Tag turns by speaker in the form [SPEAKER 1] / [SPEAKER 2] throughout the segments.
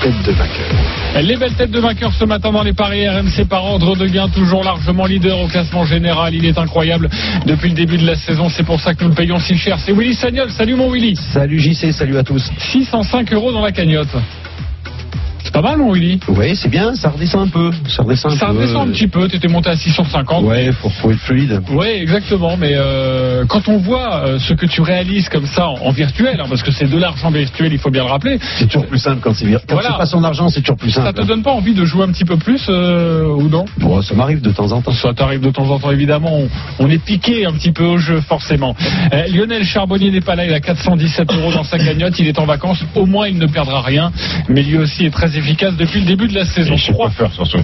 [SPEAKER 1] têtes de vainqueur.
[SPEAKER 2] Les belles têtes de vainqueurs ce matin dans les paris RMC par ordre de gain, toujours largement leader au classement général. Il est incroyable depuis le début de la saison. C'est pour ça que nous le payons si cher. C'est Willy Sagnol. Salut mon Willy.
[SPEAKER 1] Salut JC, salut à tous.
[SPEAKER 2] 605 euros dans la cagnotte. C'est pas mal mon Willy.
[SPEAKER 1] Oui, c'est bien, ça redescend un peu. Ça redescend un
[SPEAKER 2] Ça
[SPEAKER 1] peu.
[SPEAKER 2] redescend un petit peu. T'étais monté à 650.
[SPEAKER 1] Ouais, faut, faut être fluide.
[SPEAKER 2] Oui, exactement. Mais euh, quand on voit euh, ce que tu réalises comme ça en, en virtuel, hein, parce que c'est de l'argent virtuel, il faut bien le rappeler,
[SPEAKER 1] C'est toujours plus simple quand c'est bien. Quand
[SPEAKER 2] Voilà.
[SPEAKER 1] c'est pas son argent, c'est toujours plus
[SPEAKER 2] ça
[SPEAKER 1] simple.
[SPEAKER 2] te donne pas envie de jouer un petit peu plus euh, ou non
[SPEAKER 1] Bon, ça m'arrive de temps en temps.
[SPEAKER 2] Ça t'arrive de temps en temps, évidemment. On, on est piqué un petit peu au jeu, forcément. Euh, Lionel Charbonnier n'est pas là. Il a 417 euros dans sa cagnotte. Il est en vacances. Au moins, il ne perdra rien. Mais lui aussi est très efficace depuis le début de la saison. Trois
[SPEAKER 3] faire surtout.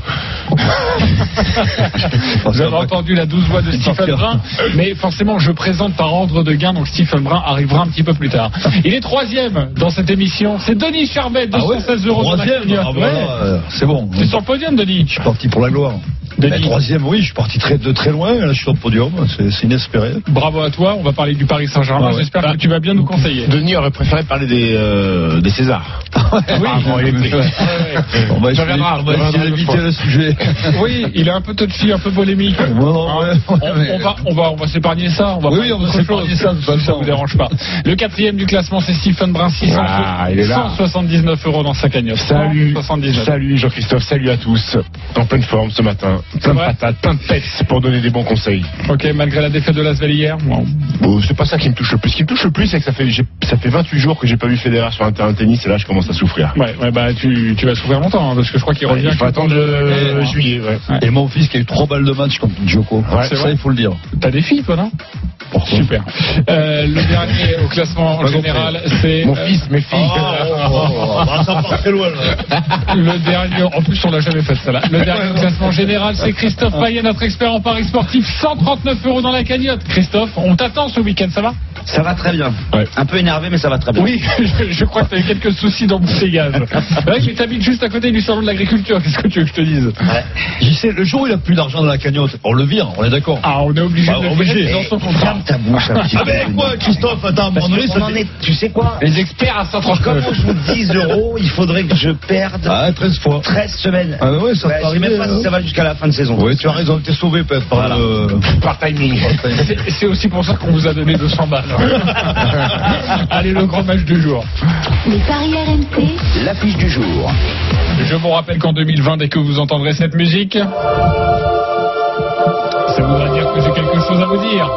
[SPEAKER 2] Vous avez entendu la douce voix de Stephen Brun, mais forcément, je présente par ordre de gain, donc Stephen Brun arrivera un petit peu plus tard. Il est troisième dans cette émission, c'est Denis Charvet,
[SPEAKER 4] Ah
[SPEAKER 2] 216 euros dans la cagnotte.
[SPEAKER 3] ah bah
[SPEAKER 2] Ouais.
[SPEAKER 3] alors, euh, c'est bon.
[SPEAKER 2] C'est sur le podium, Denis.
[SPEAKER 3] Je suis parti pour la gloire.
[SPEAKER 2] Denis.
[SPEAKER 3] Mais troisième, oui, je suis parti très, de très loin. Là, je suis sur le podium. C'est c'est inespéré.
[SPEAKER 2] Bravo à toi, on va parler du Paris Saint-Germain,
[SPEAKER 3] Ah ouais.
[SPEAKER 2] j'espère que tu vas bien nous conseiller.
[SPEAKER 4] Bah, Denis aurait préféré parler des, euh, des Césars.
[SPEAKER 2] Ah oui.
[SPEAKER 4] Ah, bon, il est pris.
[SPEAKER 2] Ouais, ouais.
[SPEAKER 3] On va
[SPEAKER 4] Tu
[SPEAKER 3] essayer,
[SPEAKER 4] reviendras,
[SPEAKER 3] on va
[SPEAKER 4] tu
[SPEAKER 3] essayer
[SPEAKER 4] reviendras
[SPEAKER 3] d'éviter le sujet.
[SPEAKER 2] Oui, il est un peu touchy, un peu polémique. Hein
[SPEAKER 3] Non, non, ouais.
[SPEAKER 2] On, on va, on va, on va s'épargner ça. On va
[SPEAKER 3] Oui, oui,
[SPEAKER 2] parler
[SPEAKER 3] on va
[SPEAKER 2] d'autre
[SPEAKER 3] s'épargner
[SPEAKER 2] chose,
[SPEAKER 3] ça, de toute
[SPEAKER 2] si ça
[SPEAKER 3] façon.
[SPEAKER 2] vous dérange pas. Le quatrième du classement, c'est Stephen Brun, 600
[SPEAKER 4] Ah, il est là.
[SPEAKER 2] 179 euros dans sa cagnotte.
[SPEAKER 4] Salut,
[SPEAKER 2] 179.
[SPEAKER 4] salut Jean-Christophe, salut à tous. En pleine forme ce matin, plein de
[SPEAKER 2] Ouais.
[SPEAKER 4] patates, plein de pets pour donner des bons conseils.
[SPEAKER 2] Ok, malgré la défaite de Lasvel hier.
[SPEAKER 4] Bon, c'est pas ça qui me touche le plus. Ce qui me touche le plus, c'est que ça fait, j'ai- ça fait 28 jours que j'ai pas vu Federer sur un terrain de tennis et là je commence à souffrir.
[SPEAKER 2] Ouais, ouais, bah tu, tu vas souffrir longtemps hein, parce que je crois qu'il revient.
[SPEAKER 4] il faut
[SPEAKER 2] que-
[SPEAKER 4] attendre le
[SPEAKER 2] Ouais.
[SPEAKER 4] juillet. ouais.
[SPEAKER 3] Et mon fils qui a eu trois balles de match contre Djoko.
[SPEAKER 2] c'est
[SPEAKER 3] ça,
[SPEAKER 2] vrai.
[SPEAKER 3] il faut le dire.
[SPEAKER 2] T'as des filles, toi, non
[SPEAKER 3] Pourquoi
[SPEAKER 2] Super. Euh, le dernier au classement
[SPEAKER 4] compris.
[SPEAKER 2] général, c'est oh,
[SPEAKER 4] Mon
[SPEAKER 2] euh,
[SPEAKER 4] fils, mes filles.
[SPEAKER 3] Ah, ça part très loin, là.
[SPEAKER 2] le dernier. En plus, on l'a jamais fait ça. Là. Le dernier au classement général, c'est Christophe Payet, notre expert en paris sportif, 139 euros dans la cagnotte. Christophe, on t'attend ce week-end, ça va
[SPEAKER 5] Ça va très bien.
[SPEAKER 4] Ouais.
[SPEAKER 5] Un peu énervé, mais ça va très bien.
[SPEAKER 2] Oui, je, je crois que t'as eu quelques soucis d'embouteillage. Ouais, mais t'habites juste à côté du salon de l'agriculture. Qu'est-ce que tu veux que je te dise
[SPEAKER 3] J'y sais, le jour où il a plus d'argent dans la cagnotte, on le vire, on est d'accord.
[SPEAKER 2] Ah, on est obligé
[SPEAKER 3] Bah,
[SPEAKER 2] de le
[SPEAKER 3] obligé.
[SPEAKER 2] virer dans son contrat.
[SPEAKER 5] Eh, Ferme ta bouche un petit peu.
[SPEAKER 3] Avec moi, Christophe, attends, à un
[SPEAKER 5] Parce
[SPEAKER 3] moment donné,
[SPEAKER 5] qu'on
[SPEAKER 3] ça
[SPEAKER 5] en
[SPEAKER 3] fait-
[SPEAKER 5] est- tu sais quoi
[SPEAKER 2] Les experts à saint
[SPEAKER 5] Comme moi, je vous 10 euros, il faudrait que je perde
[SPEAKER 3] Ah, 13 fois.
[SPEAKER 5] 13 semaines.
[SPEAKER 3] Ah ouais, ça
[SPEAKER 5] Ouais,
[SPEAKER 3] peut
[SPEAKER 5] je sais
[SPEAKER 3] arriver,
[SPEAKER 5] même pas
[SPEAKER 3] hein.
[SPEAKER 5] si ça va jusqu'à la fin de saison.
[SPEAKER 3] Oui, tu as raison, t'es sauvé, Pep, par
[SPEAKER 5] Voilà.
[SPEAKER 3] le-
[SPEAKER 4] Par timing.
[SPEAKER 2] C'est- C'est aussi pour ça qu'on vous a donné 200 balles. Allez, le grand match du jour.
[SPEAKER 6] Les paris RMC,
[SPEAKER 5] L'affiche du jour.
[SPEAKER 2] Je vous rappelle qu'en 2020, dès que vous entendrez cette musique, ça voudra dire que j'ai quelque chose à vous dire.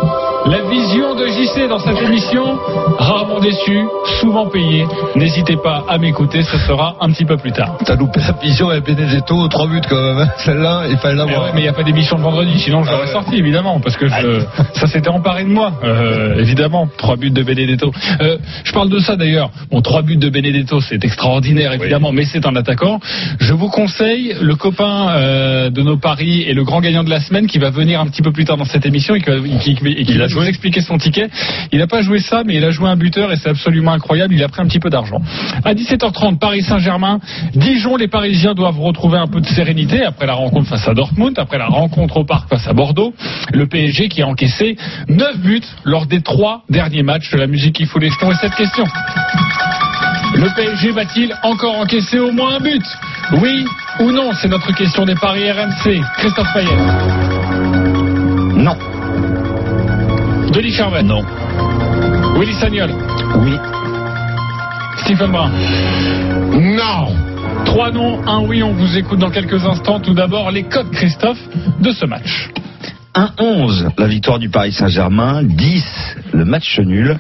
[SPEAKER 2] La vision de JC dans cette émission, rarement déçu, souvent payé. N'hésitez pas à m'écouter, ce sera un petit peu plus tard.
[SPEAKER 3] T'as loupé la vision avec Benedetto, trois buts quand même. hein. Celle-là, il fallait
[SPEAKER 2] Mais
[SPEAKER 3] l'avoir.
[SPEAKER 2] ouais, mais il n'y a pas d'émission de vendredi, sinon je l'aurais sorti, évidemment, parce que je- ça s'était emparé de moi, euh, évidemment. Trois buts de Benedetto. Euh, je parle de ça d'ailleurs. Bon, trois buts de Benedetto, c'est extraordinaire, évidemment, mais c'est un attaquant. Je vous conseille le copain euh, de nos paris et le grand gagnant de la semaine qui va venir un petit peu plus tard dans cette émission et qui, va- qui- qui- et qui va nous expliquer son ticket. Il n'a pas joué ça, mais il a joué un buteur et c'est absolument incroyable. Il a pris un petit peu d'argent. À 17h30, Paris Saint-Germain, Dijon, les Parisiens doivent retrouver un peu de sérénité après la rencontre face à Dortmund, après la rencontre au parc face à Bordeaux. Le PSG qui a encaissé 9 buts lors des trois derniers matchs de la musique il faut les jetons et cette question. Le PSG va-t-il encore encaisser au moins un but Oui ou non C'est notre question des paris RMC. Christophe Payet,
[SPEAKER 5] Non.
[SPEAKER 2] Denis Charvet,
[SPEAKER 3] Non.
[SPEAKER 2] Willy Sagnol,
[SPEAKER 5] Oui.
[SPEAKER 2] Stephen Brun.
[SPEAKER 4] Non
[SPEAKER 2] Trois noms, un oui, on vous écoute dans quelques instants. Tout d'abord, les codes, Christophe, de ce match.
[SPEAKER 5] 1-11, la victoire du Paris Saint-Germain. 10, le match nul.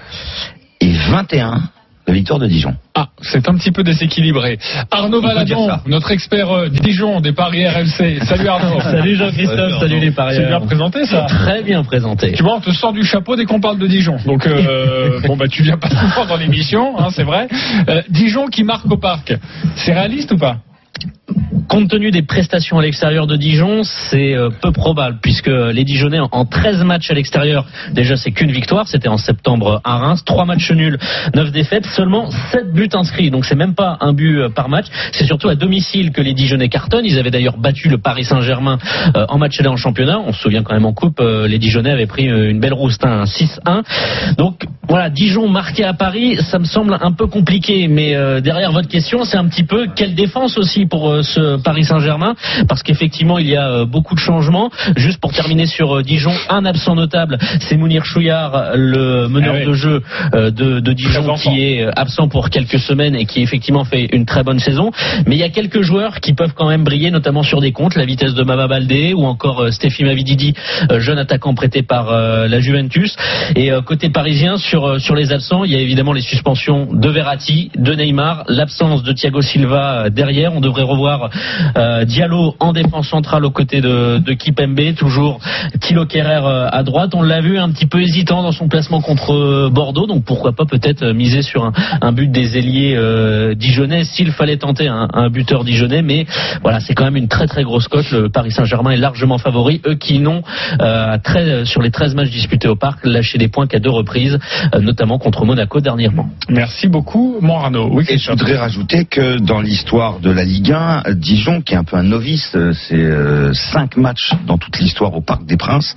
[SPEAKER 5] Et 21, la victoire de Dijon.
[SPEAKER 2] Ah, c'est un petit peu déséquilibré. Arnaud
[SPEAKER 5] peut dire
[SPEAKER 2] Valadon,
[SPEAKER 5] ça.
[SPEAKER 2] notre expert euh, Dijon des Paris RMC. Salut Arnaud.
[SPEAKER 7] Salut Jean-Christophe,
[SPEAKER 3] Ouais,
[SPEAKER 7] salut
[SPEAKER 3] pardon.
[SPEAKER 7] les
[SPEAKER 2] C'est bien
[SPEAKER 7] parieurs.
[SPEAKER 2] présenté ça.
[SPEAKER 7] Très bien présenté.
[SPEAKER 2] Tu vois, on te sort du chapeau dès qu'on parle de Dijon. Donc, euh, bon, bah, tu viens pas souvent dans l'émission, hein, c'est vrai. Euh, Dijon qui marque au parc. C'est réaliste ou pas
[SPEAKER 7] Compte tenu des prestations à l'extérieur de Dijon, c'est euh, peu probable puisque les Dijonnais en- en 13 matchs à l'extérieur, déjà c'est qu'une victoire, c'était en septembre à Reims, 3 matchs nuls, 9 défaites, seulement 7 buts inscrits. Donc c'est même pas un but euh, par match, c'est surtout à domicile que les Dijonnais cartonnent. Ils avaient d'ailleurs battu le Paris Saint-Germain euh, en match aller en championnat. On se souvient quand même en coupe, euh, les Dijonnais avaient pris euh, une belle rouste, hein, un 6-1. Donc Voilà, Dijon marqué à Paris, ça me semble un peu compliqué, mais euh, derrière votre question, c'est un petit peu quelle défense aussi pour euh, ce Paris Saint-Germain, parce qu'effectivement, il y a euh, beaucoup de changements. Juste pour terminer sur euh, Dijon, un absent notable, c'est Mounir Chouillard, le meneur
[SPEAKER 2] Ah oui.
[SPEAKER 7] de jeu euh, de, de
[SPEAKER 2] Très bon
[SPEAKER 7] Dijon,
[SPEAKER 2] sang.
[SPEAKER 7] qui est euh, absent pour quelques semaines et qui effectivement fait une très bonne saison. Mais il y a quelques joueurs qui peuvent quand même briller, notamment sur des comptes, la vitesse de Mama Baldé ou encore euh, Stéphie Mavididi, euh, jeune attaquant prêté par euh, la Juventus. Et euh, côté parisien, sur, euh, sur les absents, il y a évidemment les suspensions de Verratti, de Neymar, l'absence de Thiago Silva euh, derrière. On devrait revoir euh, Diallo en défense centrale aux côtés de, de Kipembe, toujours Thilo Kerrer euh, à droite. On l'a vu un petit peu hésitant dans son placement contre euh, Bordeaux, donc pourquoi pas peut-être euh, miser sur un, un but des ailiers euh, dijonnais s'il fallait tenter un, un buteur dijonnais. Mais voilà, c'est quand même une très très grosse cote. Le Paris Saint-Germain est largement favori. Eux qui n'ont euh, à 13 sur les 13 matchs disputés au parc lâché des points qu'à deux reprises, euh, notamment contre Monaco dernièrement.
[SPEAKER 2] Merci beaucoup, mon Arnaud. Oui,
[SPEAKER 5] Et je
[SPEAKER 2] Christophe.
[SPEAKER 5] voudrais rajouter que dans l'histoire de la Ligue 1, Dijon, qui est un peu un novice, euh, c'est euh, cinq matchs dans toute l'histoire au Parc des Princes,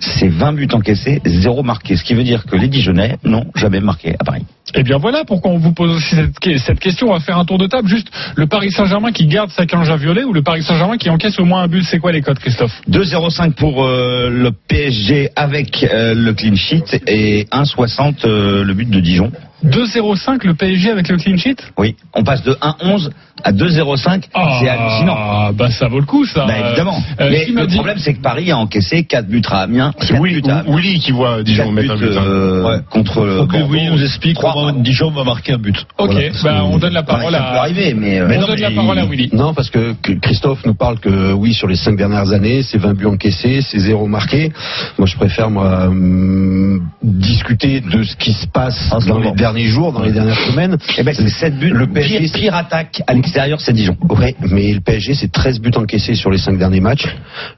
[SPEAKER 5] c'est 20 buts encaissés, zéro marqué. Ce qui veut dire que les Dijonais n'ont jamais marqué à Paris.
[SPEAKER 2] Eh bien voilà pourquoi on vous pose aussi cette, que- cette question. On va faire un tour de table. Juste le Paris Saint-Germain qui garde sa cange à violet ou le Paris Saint-Germain qui encaisse au moins un but. C'est quoi les codes, Christophe
[SPEAKER 5] 2,05 pour euh, le PSG avec euh, le clean sheet et 1,60 euh, le but de Dijon.
[SPEAKER 2] 2-0-5 le PSG avec le clean sheet
[SPEAKER 5] Oui, on passe de 1,11 à 2,05. C'est hallucinant.
[SPEAKER 2] Ah, bah ça vaut le coup ça.
[SPEAKER 5] Bah, évidemment.
[SPEAKER 2] Euh,
[SPEAKER 5] Mais
[SPEAKER 2] qui m'a
[SPEAKER 5] le
[SPEAKER 2] dit-
[SPEAKER 5] problème, c'est que Paris a encaissé 4 buts à Amiens.
[SPEAKER 4] C'est
[SPEAKER 5] quatre
[SPEAKER 4] Willy,
[SPEAKER 5] buts à Amiens,
[SPEAKER 4] Willy qui voit
[SPEAKER 5] quatre
[SPEAKER 4] Dijon
[SPEAKER 5] buts,
[SPEAKER 4] mettre un but. hein.
[SPEAKER 5] euh, contre le
[SPEAKER 3] Faut que
[SPEAKER 5] Bordeaux.
[SPEAKER 3] Willy nous explique
[SPEAKER 5] Trois,
[SPEAKER 3] comment
[SPEAKER 5] pardon.
[SPEAKER 3] Dijon va marquer un but.
[SPEAKER 2] Ok,
[SPEAKER 5] Voilà.
[SPEAKER 2] bah on donne la parole
[SPEAKER 5] Ouais, ça peut
[SPEAKER 2] à.
[SPEAKER 5] arriver, mais, euh,
[SPEAKER 2] on donne la parole à Willy.
[SPEAKER 1] Non, parce que que Christophe nous parle que euh, oui, sur les cinq dernières années, c'est 20 buts encaissés, c'est zéro marqué. Moi, je préfère moi, hum, discuter de ce qui se passe
[SPEAKER 5] En ce
[SPEAKER 1] dans
[SPEAKER 5] moment.
[SPEAKER 1] les derniers jours, dans les dernières semaines.
[SPEAKER 5] Eh ben, c'est 7 buts.
[SPEAKER 1] Le PSG,
[SPEAKER 5] pire, pire attaque à l'extérieur, c'est Dijon.
[SPEAKER 1] Ouais, mais le PSG, c'est 13 buts encaissés sur les cinq derniers matchs.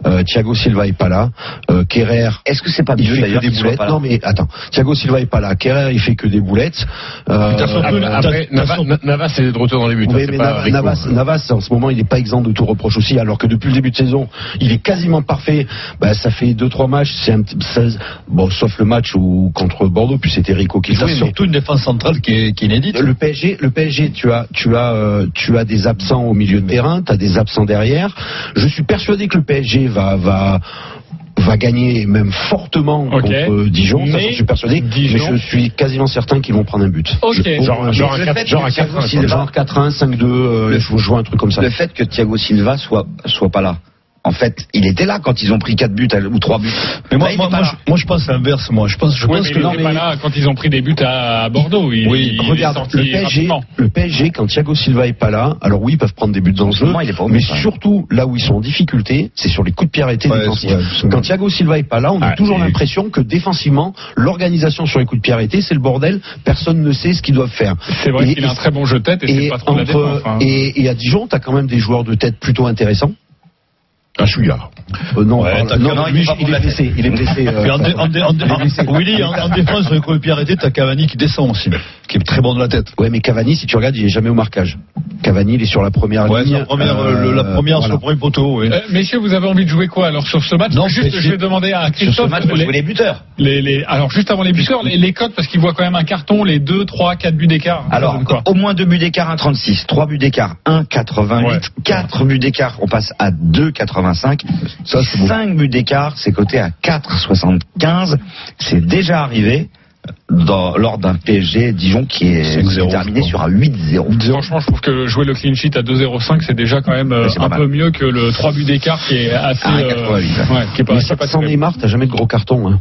[SPEAKER 1] Euh, Thiago Silva est pas là. Euh, Kerrer,
[SPEAKER 5] Est-ce que c'est pas
[SPEAKER 1] il
[SPEAKER 5] mieux
[SPEAKER 1] fait que
[SPEAKER 5] d'ailleurs
[SPEAKER 1] des
[SPEAKER 5] qu'il soit
[SPEAKER 1] boulettes.
[SPEAKER 5] pas là
[SPEAKER 1] Non, mais attends. Thiago Silva est pas là. Kerrer, il fait que des boulettes. Euh,
[SPEAKER 4] T'as surtout-
[SPEAKER 1] euh,
[SPEAKER 4] Après,
[SPEAKER 3] t'as-
[SPEAKER 4] Nava-
[SPEAKER 3] t'as-
[SPEAKER 4] Na- Navas est de retour dans les buts. hein,
[SPEAKER 1] Oui,
[SPEAKER 4] c'est
[SPEAKER 1] mais
[SPEAKER 4] pas
[SPEAKER 1] Nav-
[SPEAKER 4] Rico.
[SPEAKER 1] Navas, Navas, en ce moment, il n'est pas exempt de tout reproche aussi, alors que depuis le début de saison, il est quasiment parfait. Bah, ça fait deux trois matchs, c'est un petit, ça- bon, sauf le match où, contre Bordeaux, puis c'était Rico qui
[SPEAKER 3] Il a
[SPEAKER 1] jouait. mais
[SPEAKER 3] surtout une défense centrale qui est, qui est inédite.
[SPEAKER 1] Le PSG, le PSG, tu as, tu as, euh, tu as des absents au milieu de terrain, tu as des absents derrière. Je suis persuadé que le PSG va, va, va gagner même fortement
[SPEAKER 2] Ok.
[SPEAKER 1] contre euh, Dijon. Ça,
[SPEAKER 2] Mais
[SPEAKER 1] je suis persuadé.
[SPEAKER 2] Dijon-
[SPEAKER 1] Mais je suis quasiment certain qu'ils vont prendre un but.
[SPEAKER 2] Ok.
[SPEAKER 1] Je- au
[SPEAKER 4] Genre,
[SPEAKER 1] moins,
[SPEAKER 4] genre un
[SPEAKER 5] je
[SPEAKER 4] quatre-
[SPEAKER 5] répète,
[SPEAKER 4] genre un
[SPEAKER 5] Thiago
[SPEAKER 4] 4
[SPEAKER 5] Silva.
[SPEAKER 1] genre 4-1, 5-2, euh, je joue un truc comme ça.
[SPEAKER 5] Le fait que Thiago Silva soit, soit pas là. En fait, il était là quand ils ont pris 4 buts à- ou 3 buts.
[SPEAKER 3] Mais moi,
[SPEAKER 5] Là, il
[SPEAKER 3] moi,
[SPEAKER 5] est pas
[SPEAKER 3] moi,
[SPEAKER 5] là.
[SPEAKER 3] je, moi, je pense l'inverse. Moi, je pense, je
[SPEAKER 2] Oui,
[SPEAKER 3] pense
[SPEAKER 2] mais
[SPEAKER 3] que
[SPEAKER 2] il était pas là quand ils ont pris des buts à, à Bordeaux. Il,
[SPEAKER 1] Oui,
[SPEAKER 2] il est
[SPEAKER 1] regarde,
[SPEAKER 2] sorti
[SPEAKER 1] le PSG,
[SPEAKER 2] rapidement.
[SPEAKER 1] le PSG, quand Thiago Silva est pas là, alors oui, ils peuvent prendre des buts dans le
[SPEAKER 5] ce
[SPEAKER 1] jeu,
[SPEAKER 5] moment, il est pas au
[SPEAKER 1] mais
[SPEAKER 5] but, quand même.
[SPEAKER 1] surtout, là où ils sont en difficulté, c'est sur les coups de pied arrêtés
[SPEAKER 3] Ouais,
[SPEAKER 1] défensifs.
[SPEAKER 3] ouais, absolument.
[SPEAKER 1] quand Thiago Silva est pas là, on a
[SPEAKER 2] Ah,
[SPEAKER 1] toujours
[SPEAKER 2] et-
[SPEAKER 1] l'impression que défensivement, l'organisation sur les coups de pied arrêtés, c'est le bordel, personne ne sait ce qu'ils doivent faire.
[SPEAKER 2] C'est vrai
[SPEAKER 1] Et-
[SPEAKER 2] qu'il a un très bon jeu de tête et, c'est
[SPEAKER 1] Et,
[SPEAKER 2] pas trop de la
[SPEAKER 1] entre-
[SPEAKER 2] défense. hein.
[SPEAKER 1] et, et à Dijon, t'as quand même des joueurs de tête plutôt intéressants.
[SPEAKER 2] Ah,
[SPEAKER 4] Un chouillard.
[SPEAKER 1] Euh, non,
[SPEAKER 3] Ouais,
[SPEAKER 1] pardon,
[SPEAKER 3] t'as
[SPEAKER 1] non,
[SPEAKER 3] quand même
[SPEAKER 1] il,
[SPEAKER 3] eu
[SPEAKER 1] est- il est blessé, il est blessé. euh,
[SPEAKER 3] Mais en dé- en dé- en dé-
[SPEAKER 1] il est blessé.
[SPEAKER 3] Willy, en, en défense, sur les coups de pied arrêtés, t'as Cavani qui descend aussi, qui est très bon de la tête.
[SPEAKER 1] Ouais, mais Cavani, si tu regardes, il est jamais au marquage. Cavani, il est sur la première
[SPEAKER 3] Ouais, c'est
[SPEAKER 1] ligne.
[SPEAKER 3] la première,
[SPEAKER 1] euh,
[SPEAKER 3] le- la première sur
[SPEAKER 1] voilà.
[SPEAKER 3] le premier poteau. Oui.
[SPEAKER 2] Euh, messieurs, vous avez envie de jouer quoi alors sur ce match
[SPEAKER 3] Non,
[SPEAKER 2] Juste,
[SPEAKER 3] mais
[SPEAKER 2] je vais demander à
[SPEAKER 5] Sur
[SPEAKER 2] Christophe.
[SPEAKER 5] ce match, vous
[SPEAKER 2] les-
[SPEAKER 5] jouez les buteurs.
[SPEAKER 2] les- les- alors juste avant les buteurs, les, les cotes parce qu'il voit quand même un carton, les 2, 3, 4 buts d'écart. Ça
[SPEAKER 5] Alors,
[SPEAKER 2] donne quoi
[SPEAKER 5] au moins 2 buts d'écart, 1,36. 3 buts d'écart, 1,88.
[SPEAKER 2] Ouais.
[SPEAKER 5] 4 buts d'écart, on passe à 2,85.
[SPEAKER 1] Ça, c'est bon.
[SPEAKER 5] 5 buts d'écart, c'est coté à 4,75. C'est déjà arrivé dans- lors d'un PSG Dijon qui est,
[SPEAKER 3] 5-0,
[SPEAKER 5] terminé
[SPEAKER 3] je
[SPEAKER 5] sur un 8-0.
[SPEAKER 2] Franchement, je trouve que Euh, jouer le clean sheet à 2-0-5, c'est déjà quand même euh,
[SPEAKER 5] Mais c'est pas
[SPEAKER 2] un
[SPEAKER 5] mal.
[SPEAKER 2] peu mieux que le 3 buts d'écart qui est assez.
[SPEAKER 5] Ah,
[SPEAKER 2] euh,
[SPEAKER 5] 88, ouais.
[SPEAKER 2] ouais, qui est pas,
[SPEAKER 1] Mais
[SPEAKER 2] qui est pas
[SPEAKER 1] sans
[SPEAKER 2] terrible.
[SPEAKER 1] Neymar, t'as jamais de gros cartons. Hein.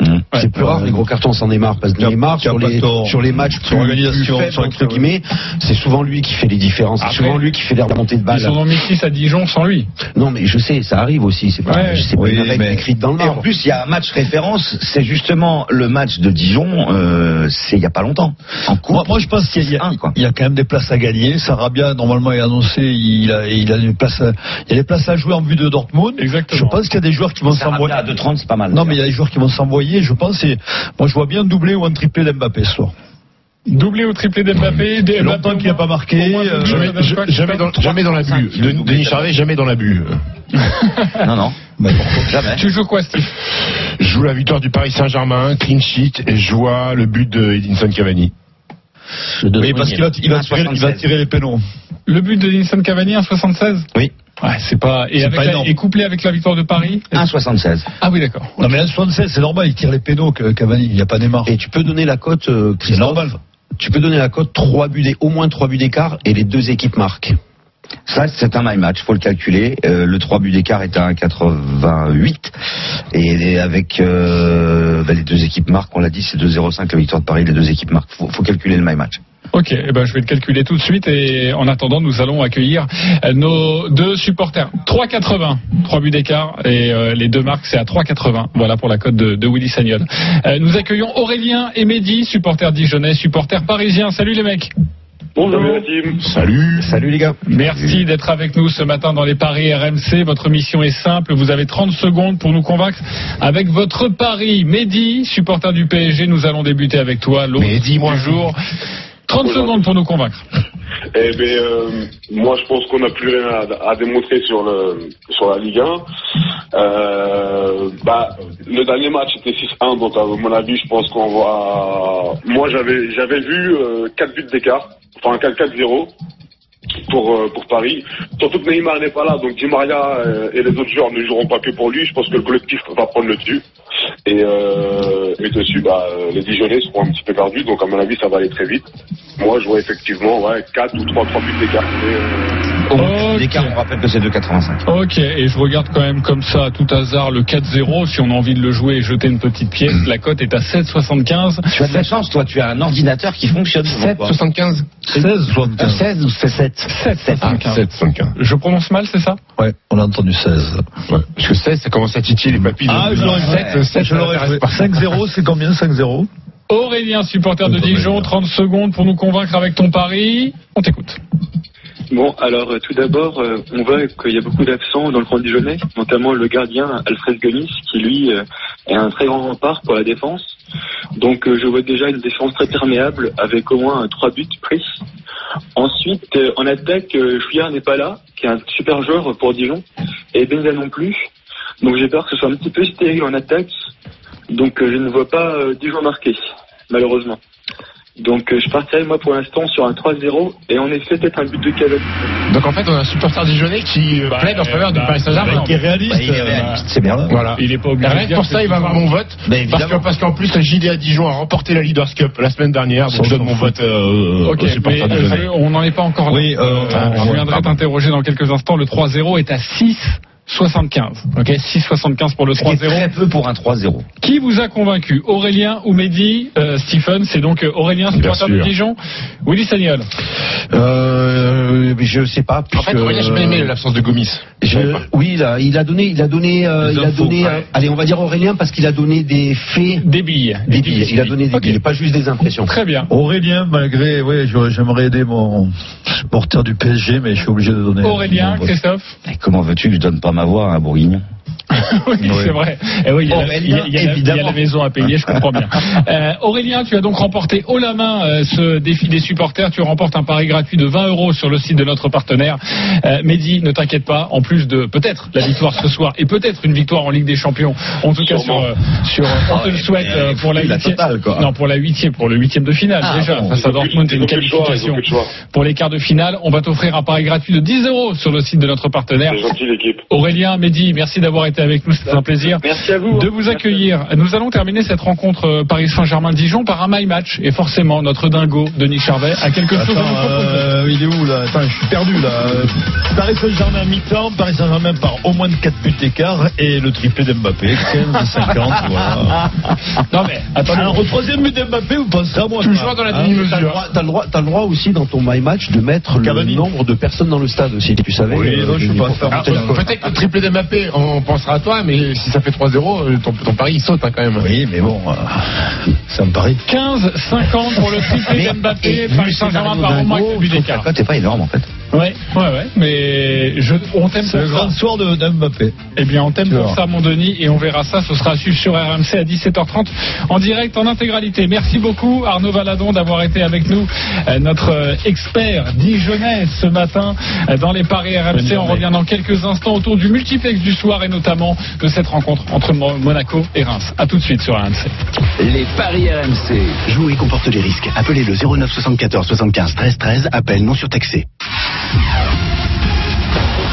[SPEAKER 5] Mmh.
[SPEAKER 2] Ouais.
[SPEAKER 1] c'est plus rare les gros cartons sans Neymar parce que
[SPEAKER 3] T'as-
[SPEAKER 1] Neymar
[SPEAKER 3] t'as
[SPEAKER 1] sur
[SPEAKER 3] pas
[SPEAKER 1] les
[SPEAKER 3] tort.
[SPEAKER 1] sur les matchs
[SPEAKER 3] Sur l'organisation,
[SPEAKER 1] faibles,
[SPEAKER 3] sur le-
[SPEAKER 1] entre guillemets, c'est souvent lui qui fait les différences,
[SPEAKER 2] Après,
[SPEAKER 1] c'est souvent lui qui fait les remontées de
[SPEAKER 2] Ils
[SPEAKER 1] balles.
[SPEAKER 2] en ont mis 6 à Dijon sans lui.
[SPEAKER 1] Non mais je sais, ça arrive aussi, c'est pas
[SPEAKER 2] Ouais.
[SPEAKER 1] c'est pas
[SPEAKER 3] Oui,
[SPEAKER 1] une règle
[SPEAKER 3] mais-
[SPEAKER 1] écrite dans le
[SPEAKER 5] Et en
[SPEAKER 1] marbre.
[SPEAKER 5] plus, il y a un match référence, c'est justement le match de Dijon, euh, c'est il n'y a pas longtemps. En coupe,
[SPEAKER 3] Moi, moi, je pense qu'il y, a- il y a-
[SPEAKER 5] 6-1, quoi.
[SPEAKER 3] il y a quand même des places à gagner. Sarabia, normalement, est annoncé, il a, il a, une place à- il y a des places à jouer en vue de Dortmund.
[SPEAKER 2] Exactement.
[SPEAKER 3] Je pense qu'il y a des joueurs qui vont
[SPEAKER 5] Sarabia
[SPEAKER 3] s'envoyer.
[SPEAKER 5] à 2,30, c'est pas mal.
[SPEAKER 3] Non, mais il y a des joueurs qui vont s'envoyer, je pense. Et moi, je vois bien un doublé ou un triplé d'Mbappé ce soir.
[SPEAKER 2] Doublé ou triplé d'Mbappé,
[SPEAKER 3] fait longtemps qu'il n'a pas marqué. euh,
[SPEAKER 4] Jamais, je- jamais dans, jamais dans l'abus. De- Denis Charvet, jamais dans l'abus.
[SPEAKER 5] Non, non.
[SPEAKER 3] bah,
[SPEAKER 5] Jamais.
[SPEAKER 2] Tu joues quoi, Steve
[SPEAKER 4] Je joue la victoire du Paris Saint-Germain, clean sheet, et je vois le but de Edinson Cavani.
[SPEAKER 3] Oui, parce qu'il va, il va, tirer, il va
[SPEAKER 5] 1,76.
[SPEAKER 3] tirer les pénaux.
[SPEAKER 2] Le but de Nissan Cavani, 1,76
[SPEAKER 5] Oui.
[SPEAKER 2] Ouais, c'est pas. Et,
[SPEAKER 3] C'est
[SPEAKER 2] avec
[SPEAKER 3] pas
[SPEAKER 2] la-
[SPEAKER 3] énorme.
[SPEAKER 2] et couplé avec la victoire de Paris
[SPEAKER 5] 1,76.
[SPEAKER 2] Ah oui, d'accord.
[SPEAKER 3] Non, mais là, 76, c'est normal, il tire les pénaux, que Cavani, il n'y a pas Neymar.
[SPEAKER 1] Et tu peux donner la cote, euh,
[SPEAKER 3] C'est
[SPEAKER 1] Christophe
[SPEAKER 3] normal.
[SPEAKER 1] Tu peux donner la cote 3 buts, d'é- au moins 3 buts d'écart et les deux équipes marquent.
[SPEAKER 5] Ça, c'est un my match, faut le calculer. Euh, le 3 buts d'écart est à 1,88. Et avec euh, bah, les deux équipes marquent, on l'a dit, c'est 2,05 la victoire de Paris, les deux équipes marquent. Faut, faut calculer le my match.
[SPEAKER 2] Ok, eh ben, je vais le calculer tout de suite et en attendant, nous allons accueillir euh, nos deux supporters. 3,80, 3 buts d'écart et euh, les deux marques, c'est à 3,80. Voilà pour la cote de, de Willy Sagnol. Euh, nous accueillons Aurélien et Mehdi, supporters dijonnais, supporters parisiens. Salut les mecs
[SPEAKER 4] Salut.
[SPEAKER 1] Salut les gars.
[SPEAKER 2] Merci d'être avec nous ce matin dans les paris RMC. Votre mission est simple. Vous avez 30 secondes pour nous convaincre avec votre pari. Mehdi, supporter du PSG, nous allons débuter avec toi. l'autre
[SPEAKER 4] Mehdi,
[SPEAKER 2] du
[SPEAKER 4] moi.
[SPEAKER 2] jour. 30 secondes pour nous convaincre.
[SPEAKER 8] Eh ben, euh, moi je pense qu'on n'a plus rien à, à démontrer sur le sur la Ligue 1. Euh, bah, le dernier match était 6-1, donc à mon avis, je pense qu'on va. Moi j'avais j'avais vu 4 buts d'écart, enfin 4-4-0 pour euh, pour Paris. Surtout que Neymar n'est pas là, donc Di Maria euh, et les autres joueurs ne joueront pas que pour lui. Je pense que le collectif va prendre le dessus. Et, euh, et dessus, bah, euh, les Dijonais seront un petit peu perdus, donc à mon avis, ça va aller très vite. Moi, je vois effectivement ouais, 4 ou 3, 3 buts d'écart. mais,
[SPEAKER 5] Au
[SPEAKER 8] euh,
[SPEAKER 2] Ok.
[SPEAKER 5] L'écart, on rappelle que c'est 2,85.
[SPEAKER 2] Ok, et je regarde quand même comme ça, à tout hasard, le 4-0. Si on a envie de le jouer et jeter une petite pièce, la cote est à 7,75.
[SPEAKER 5] Tu as de la chance, toi, tu as un ordinateur qui fonctionne. pourquoi
[SPEAKER 4] 75
[SPEAKER 3] 16, 75.
[SPEAKER 5] 16 ou c'est 7
[SPEAKER 2] 7,75.
[SPEAKER 4] 7, 75.
[SPEAKER 2] hein. Je prononce mal, c'est ça
[SPEAKER 3] Ouais, on a entendu 16.
[SPEAKER 4] hein. Ouais. Parce que 16, ça commence à titiller les papilles.
[SPEAKER 3] Ah, je l'aurais
[SPEAKER 4] Sept,
[SPEAKER 3] joué.
[SPEAKER 4] sept,
[SPEAKER 3] Je l'aurais
[SPEAKER 4] ça
[SPEAKER 3] joué.
[SPEAKER 4] m'intéresse pas.
[SPEAKER 3] 5-0, c'est combien 5-0
[SPEAKER 2] Aurélien, supporter de Dijon, 30 secondes pour nous convaincre avec ton pari. On t'écoute.
[SPEAKER 9] Bon, alors euh, tout d'abord, euh, on voit qu'il y a beaucoup d'absents dans le Grand Dijonais, notamment le gardien Alfred Gonis, qui lui euh, est un très grand rempart pour la défense. Donc euh, je vois déjà une défense très perméable avec au moins euh, trois buts pris. Ensuite, euh, en attaque, euh, Chouillard n'est pas là, qui est un super joueur pour Dijon, et Benza non plus. Donc j'ai peur que ce soit un petit peu stérile en attaque. Donc euh, je ne vois pas euh, Dijon marqué, malheureusement. Donc euh, je partirai moi pour l'instant sur un 3-0 et en effet peut-être un but de Cavani.
[SPEAKER 4] Donc en fait, on a un supporter dijonnais qui euh,
[SPEAKER 2] Bah,
[SPEAKER 4] plaide en faveur
[SPEAKER 2] bah,
[SPEAKER 4] du Paris
[SPEAKER 2] bah,
[SPEAKER 4] Saint-Germain.
[SPEAKER 2] qui est
[SPEAKER 4] réaliste.
[SPEAKER 5] Il est réaliste, c'est bien.
[SPEAKER 4] Voilà.
[SPEAKER 2] Il est pas obligé.
[SPEAKER 4] Rien
[SPEAKER 2] de
[SPEAKER 4] que
[SPEAKER 2] dire
[SPEAKER 4] pour
[SPEAKER 2] que
[SPEAKER 4] ça, il va avoir mon vote.
[SPEAKER 5] Bah,
[SPEAKER 4] Parce que-
[SPEAKER 5] évidemment.
[SPEAKER 4] parce qu'en plus, la JD à Dijon a remporté la Leaders Cup la semaine dernière. Donc je donne mon vote euh,
[SPEAKER 2] Ok,
[SPEAKER 4] aux
[SPEAKER 2] mais
[SPEAKER 4] supporters
[SPEAKER 2] euh,
[SPEAKER 4] dijonnais.
[SPEAKER 2] on n'en est pas encore là.
[SPEAKER 3] Oui, euh,
[SPEAKER 2] Euh,
[SPEAKER 3] on-
[SPEAKER 2] je viendrai
[SPEAKER 3] pardon.
[SPEAKER 2] t'interroger dans quelques instants. Le 3-0 est à 6,75. Ok, 6,75 pour le
[SPEAKER 5] C'est
[SPEAKER 2] 3-0.
[SPEAKER 5] très peu pour un 3-0.
[SPEAKER 2] Qui vous a convaincu Aurélien ou Mehdi euh, Stephen, c'est donc euh, Aurélien, supporter de
[SPEAKER 4] sûr.
[SPEAKER 2] Dijon. Willy Sagnol.
[SPEAKER 1] Euh, je sais pas.
[SPEAKER 4] En fait,
[SPEAKER 1] puisque- euh,
[SPEAKER 4] Aurélien, j'ai bien aimé l'absence de Gomis.
[SPEAKER 1] Je-
[SPEAKER 4] J'avais pas.
[SPEAKER 1] oui, il a, il a donné, il a donné, euh,
[SPEAKER 3] Des
[SPEAKER 1] il a
[SPEAKER 3] infos,
[SPEAKER 1] donné.
[SPEAKER 3] ouais.
[SPEAKER 1] euh, allez, on va dire Aurélien parce qu'il a donné des faits,
[SPEAKER 2] Des billes.
[SPEAKER 1] des billes. Il a donné des
[SPEAKER 2] Ok,
[SPEAKER 1] billes, pas juste des impressions.
[SPEAKER 2] Très bien.
[SPEAKER 3] Aurélien, malgré, oui, j'aimerais aider mon supporter du PSG, mais je suis obligé de donner.
[SPEAKER 2] Aurélien,
[SPEAKER 3] mon vote.
[SPEAKER 2] Christophe.
[SPEAKER 5] Et comment veux-tu que je donne pas ma voix à un Bourguignon
[SPEAKER 2] Oui, c'est vrai. Eh oui, il y a la- il y a- il y a la- il y a la
[SPEAKER 5] évidemment.
[SPEAKER 2] maison à payer, je comprends bien. Euh, Aurélien, tu as donc remporté haut la main euh, ce défi des supporters. Tu remportes un pari gratuit de 20 euros sur le site de notre partenaire. Euh, Mehdi, ne t'inquiète pas, en plus de peut-être la victoire ce soir et peut-être une victoire en Ligue des Champions, en tout cas sur,
[SPEAKER 8] Sûrement. Ah,
[SPEAKER 2] euh, sur, euh, on te le souhaite euh, pour la
[SPEAKER 5] la
[SPEAKER 2] huitième.
[SPEAKER 5] totale, quoi.
[SPEAKER 2] Non, pour la huitième, pour le huitième de finale
[SPEAKER 8] Ah,
[SPEAKER 2] déjà. face à Dortmund,
[SPEAKER 8] ils
[SPEAKER 2] une
[SPEAKER 8] ont plus de choix, ils ont
[SPEAKER 2] qualification
[SPEAKER 8] plus de choix.
[SPEAKER 2] pour les quarts de finale. On va t'offrir un pari gratuit de 10 euros sur le site de notre partenaire.
[SPEAKER 8] C'est gentil l'équipe.
[SPEAKER 2] Aurélien, Mehdi, merci d'avoir été avec nous, c'était un plaisir
[SPEAKER 9] Merci à vous.
[SPEAKER 2] de vous accueillir. Nous allons terminer cette rencontre euh, Paris Saint-Germain-Dijon par un my match et forcément notre dingo Denis Charvet a quelque chose à nous
[SPEAKER 3] Attends,
[SPEAKER 2] proposer.
[SPEAKER 3] euh, il est où là Attends, je suis perdu là. Euh, Paris Saint-Germain mi-temps, Paris Saint-Germain par au moins de 4 buts d'écart et le triplé d'Mbappé, 15 50 voilà.
[SPEAKER 2] Non mais
[SPEAKER 3] Alors
[SPEAKER 2] attendez.
[SPEAKER 3] au troisième but d'Mbappé, vous pensez à moi
[SPEAKER 4] Toujours dans la
[SPEAKER 1] Hein,
[SPEAKER 4] demi-mesure.
[SPEAKER 1] T'as le, droit- t'as le droit- t'as le droit aussi dans ton my match de mettre
[SPEAKER 3] Cavani.
[SPEAKER 1] le nombre de personnes dans le stade aussi. Tu
[SPEAKER 2] euh,
[SPEAKER 1] savais
[SPEAKER 3] Oui, non, je suis pas Ah,
[SPEAKER 1] pour faire
[SPEAKER 3] fan.
[SPEAKER 1] monter la
[SPEAKER 4] Alors,
[SPEAKER 1] cote.
[SPEAKER 4] Peut-être que le triplé de Mbappé, on pensera à toi, mais si ça fait 3-0, euh, ton, ton pari il saute hein, quand même.
[SPEAKER 3] Oui, mais bon, euh, ça me paraît.
[SPEAKER 2] 15-50 pour le triplé
[SPEAKER 5] Mais-
[SPEAKER 2] d'Mbappé,
[SPEAKER 5] et vu le scénario
[SPEAKER 2] Paris Saint-Germain par au
[SPEAKER 5] dingo,
[SPEAKER 2] moins
[SPEAKER 5] je
[SPEAKER 2] avec le
[SPEAKER 5] trouve
[SPEAKER 2] but
[SPEAKER 5] que La
[SPEAKER 2] d'écart.
[SPEAKER 5] cote est pas énorme en fait.
[SPEAKER 2] Ouais, ouais, ouais. Mais je, on t'aime
[SPEAKER 3] C'est
[SPEAKER 2] pour
[SPEAKER 3] le
[SPEAKER 2] ça.
[SPEAKER 3] grand soir de de Mbappé.
[SPEAKER 2] Eh bien, on t'aime
[SPEAKER 3] Tu
[SPEAKER 2] pour
[SPEAKER 3] vois.
[SPEAKER 2] ça, mon Denis, et on verra ça. Ce sera à suivre sur RMC à 17h30 en direct, en intégralité. Merci beaucoup, Arnaud Valadon, d'avoir été avec nous, euh, notre euh, expert Dijonais ce matin euh, dans les paris RMC. On revient dans quelques instants autour du multiplex du soir et notamment de cette rencontre entre Mo- Monaco et Reims. À tout de suite sur RMC.
[SPEAKER 10] Les paris RMC. Jouer comporte les risques. Appelez le 09 74 75 13 13. Appel non surtaxé.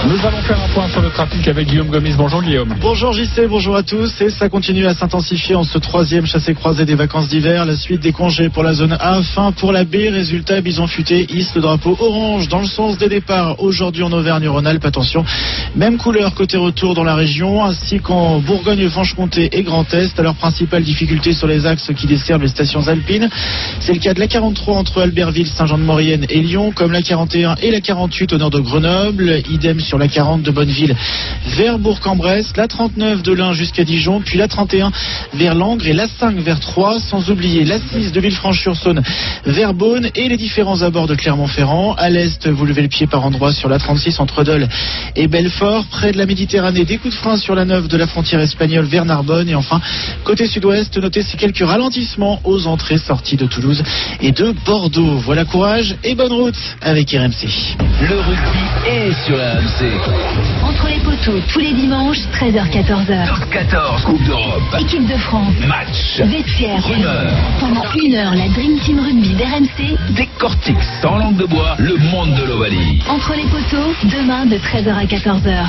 [SPEAKER 2] Nous allons faire un point sur le trafic avec Guillaume Gomis. Bonjour Guillaume.
[SPEAKER 11] Bonjour JC, bonjour à tous. Et ça continue à s'intensifier en ce troisième chassé-croisé des vacances d'hiver. La suite des congés pour la zone A, fin pour la B. Résultat, Bison Futé hisse le drapeau orange dans le sens des départs. Aujourd'hui en Auvergne-Rhône-Alpes, attention. Même couleur côté retour dans la région, ainsi qu'en Bourgogne-Franche-Comté et Grand Est. Alors, principale difficulté sur les axes qui desservent les stations alpines. C'est le cas de la 43 entre Albertville, Saint-Jean-de-Maurienne et Lyon, comme la 41 et la 48 au nord de Grenoble. Idem sur la 40 de Bonneville vers Bourg-en-Bresse, la 39 de Lin jusqu'à Dijon, puis la 31 vers Langres et la 5 vers Troyes, sans oublier la 6 de Villefranche-sur-Saône vers Beaune et les différents abords de Clermont-Ferrand. À l'est, vous levez le pied par endroits sur la 36 entre Dole et Belfort, près de la Méditerranée, des coups de frein sur la 9 de la frontière espagnole vers Narbonne et enfin côté sud-ouest, notez ces quelques ralentissements aux entrées sorties de Toulouse et de Bordeaux. Voilà courage et bonne route avec RMC.
[SPEAKER 10] Le rugby est sur RMC.
[SPEAKER 6] Entre les poteaux, tous les dimanches, 13h-14h.
[SPEAKER 10] 14 Coupe d'Europe.
[SPEAKER 6] Équipe de France.
[SPEAKER 10] Match.
[SPEAKER 6] Vestiaire.
[SPEAKER 10] Rumeur.
[SPEAKER 6] Pendant une heure, la Dream Team Rugby d'RMC.
[SPEAKER 10] Décortique sans langue de bois le monde de l'Ovalie.
[SPEAKER 6] Entre les poteaux, demain de 13h à 14h.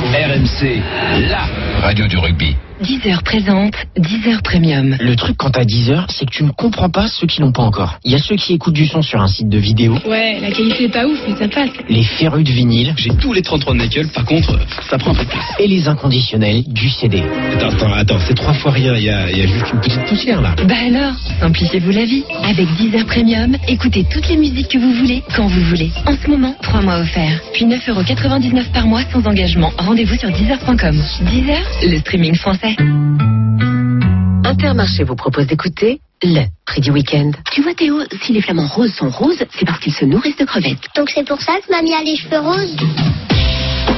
[SPEAKER 10] RMC, la radio du rugby.
[SPEAKER 12] 10h présente, 10h premium.
[SPEAKER 13] Le truc quand t'as 10 heures, c'est que tu ne comprends pas ceux qui l'ont pas encore. Il y a ceux qui écoutent du son sur un site de vidéo,
[SPEAKER 14] Ouais, la qualité est pas ouf, mais ça passe.
[SPEAKER 13] les férus de vinyle. J'ai
[SPEAKER 15] Tous les 33 de Michael, par contre, ça prend un peu plus.
[SPEAKER 13] Et les inconditionnels du CD.
[SPEAKER 15] Attends, attends, attends, c'est trois fois rien, il y a, il y a juste une petite poussière là.
[SPEAKER 12] Bah alors, simplifiez-vous la vie. Avec Deezer Premium, écoutez toutes les musiques que vous voulez, quand vous voulez. En ce moment, 3 mois offerts. Puis 9,99€ par mois sans engagement. Rendez-vous sur Deezer.com. Deezer, le streaming français.
[SPEAKER 16] Intermarché vous propose d'écouter le prix du week-end.
[SPEAKER 12] Tu vois Théo, si les flamants roses sont roses, c'est parce qu'ils se nourrissent de crevettes.
[SPEAKER 6] Donc c'est pour ça que mamie a les cheveux roses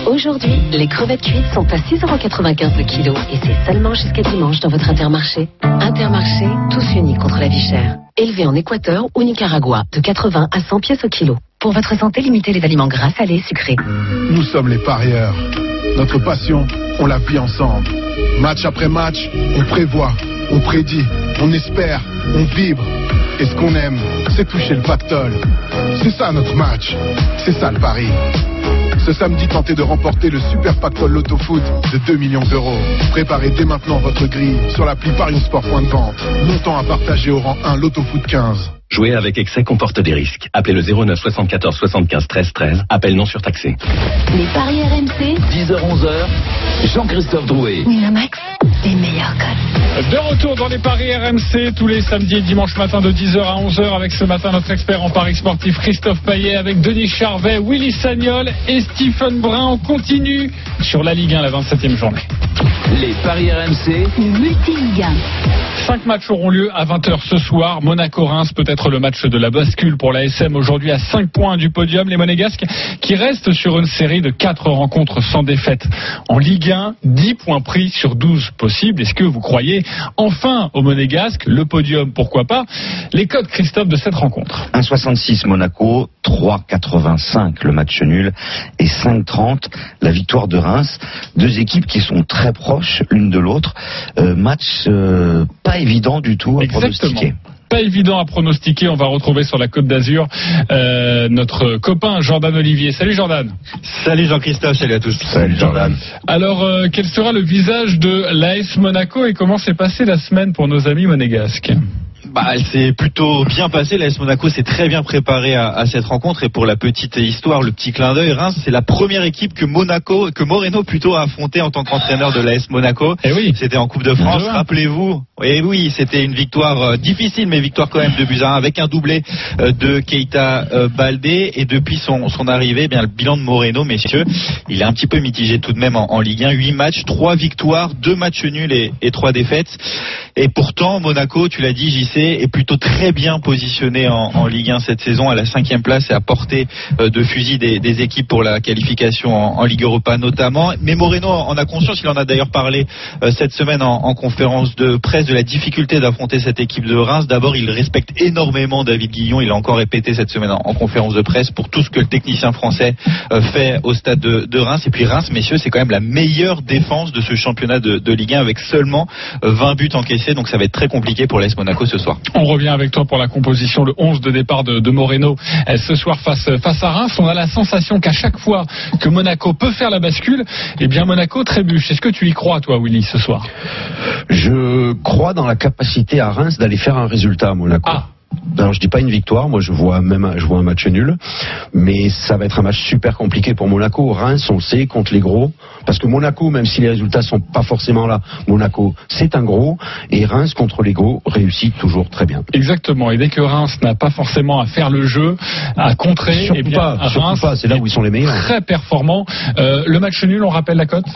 [SPEAKER 12] Aujourd'hui, les crevettes cuites sont à 6,95€ le kilo et c'est seulement jusqu'à dimanche dans votre intermarché. Intermarché, tous unis contre la vie chère. Élevé en Équateur ou Nicaragua, de 80 à 100 pièces au kilo. Pour votre santé, limitez les aliments gras, salés, sucrés.
[SPEAKER 17] Nous sommes les parieurs. Notre passion, on la vit ensemble. Match après match, on prévoit, on prédit, on espère, on vibre. Et ce qu'on aime, c'est toucher le pactole. C'est ça notre match. C'est ça le pari. Ce samedi, tentez de remporter le super pactole Lotto-Foot de 2 millions d'euros. Préparez dès maintenant votre grille sur l'appli Sport Point de Vente. Montant à partager au rang 1 Lotto-Foot 15.
[SPEAKER 15] Jouer avec excès comporte des risques. Appelez le 09 74 75 13 13. Appel non surtaxé.
[SPEAKER 6] Les paris RMC.
[SPEAKER 10] 10h-11h, Jean-Christophe Drouet.
[SPEAKER 6] Winamax, les meilleurs codes.
[SPEAKER 2] De retour dans les paris RMC tous les samedis et dimanches matin de 10h à 11h avec ce matin notre expert en paris sportif Christophe Payet avec Denis Charvet, Willy Sagnol et Stephen Brun. On continue sur la Ligue 1 la 27e journée.
[SPEAKER 10] Les paris RMC.
[SPEAKER 6] Multi-Ligue 1.
[SPEAKER 2] Cinq matchs auront lieu à 20h ce soir. Monaco-Reims peut être le match de la bascule pour la SM aujourd'hui à 5 points du podium. Les Monégasques qui restent sur une série de 4 rencontres sans défaite en Ligue 1, 10 points pris sur 12 possibles. Est-ce que vous croyez enfin aux Monégasques Le podium, pourquoi pas Les codes, Christophe, de cette rencontre.
[SPEAKER 5] 1,66 Monaco, 3,85 le match nul et 5,30 la victoire de Reims. Deux équipes qui sont très proches l'une de l'autre. Euh, match euh, pas évident du tout à pronostiquer.
[SPEAKER 2] Pas évident à pronostiquer. On va retrouver sur la Côte d'Azur euh, notre copain Jordan Olivier. Salut Jordan.
[SPEAKER 18] Salut Jean-Christophe, salut à tous. Salut Jordan.
[SPEAKER 2] Alors, euh, quel sera le visage de l'AS Monaco et comment s'est passée la semaine pour nos amis monégasques
[SPEAKER 18] Bah, elle s'est plutôt bien passée. L'AS Monaco s'est très bien préparée à, à cette rencontre. Et pour la petite histoire, le petit clin d'œil, Reims, c'est la première équipe que Monaco, que Moreno plutôt a affrontée en tant qu'entraîneur de l'AS Monaco.
[SPEAKER 2] oui.
[SPEAKER 18] C'était en Coupe de France. Rappelez-vous, Et oui, c'était une victoire euh, difficile, mais victoire quand même de Buzyn avec un doublé euh, de Keita euh, Baldé. Et depuis son, son arrivée, eh bien le bilan de Moreno, messieurs, il est un petit peu mitigé tout de même en, en Ligue 1. 8 matchs, 3 victoires, 2 matchs nuls et, et 3 défaites. Et pourtant, Monaco, tu l'as dit, JC, est plutôt très bien positionné en, en Ligue 1 cette saison, à la cinquième place et à portée euh, de fusil des, des équipes pour la qualification en, en Ligue Europa notamment. Mais Moreno en a conscience, il en a d'ailleurs parlé euh, cette semaine en, en conférence de presse de la difficulté d'affronter cette équipe de Reims. D'abord, il respecte énormément David Guillon, il l'a encore répété cette semaine en, en conférence de presse pour tout ce que le technicien français euh, fait au stade de, de Reims. Et puis Reims, messieurs, c'est quand même la meilleure défense de ce championnat de, de Ligue 1 avec seulement euh, 20 buts encaissés, donc ça va être très compliqué pour l'AS Monaco ce soir.
[SPEAKER 2] On revient avec toi pour la composition, le 11 de départ de, de Moreno euh, ce soir face, face à Reims. On a la sensation qu'à chaque fois que Monaco peut faire la bascule, eh bien Monaco trébuche. Est-ce que tu y crois, toi, Willy, ce soir
[SPEAKER 1] Je crois dans la capacité à Reims d'aller faire un résultat à Monaco. Alors je dis pas une victoire, moi je vois même un- je vois un match nul, mais ça va être un match super compliqué pour Monaco. Reims, on le sait, contre les gros, parce que Monaco, même si les résultats sont pas forcément là, Monaco c'est un gros, et Reims contre les gros réussit toujours très bien.
[SPEAKER 2] Exactement. Et dès que Reims n'a pas forcément à faire le jeu, à contrer,
[SPEAKER 1] Surtout
[SPEAKER 2] eh bien,
[SPEAKER 1] pas, surtout
[SPEAKER 2] Reims
[SPEAKER 1] pas, c'est là où ils sont les meilleurs.
[SPEAKER 2] Très performant. Euh, le match nul, on rappelle la cote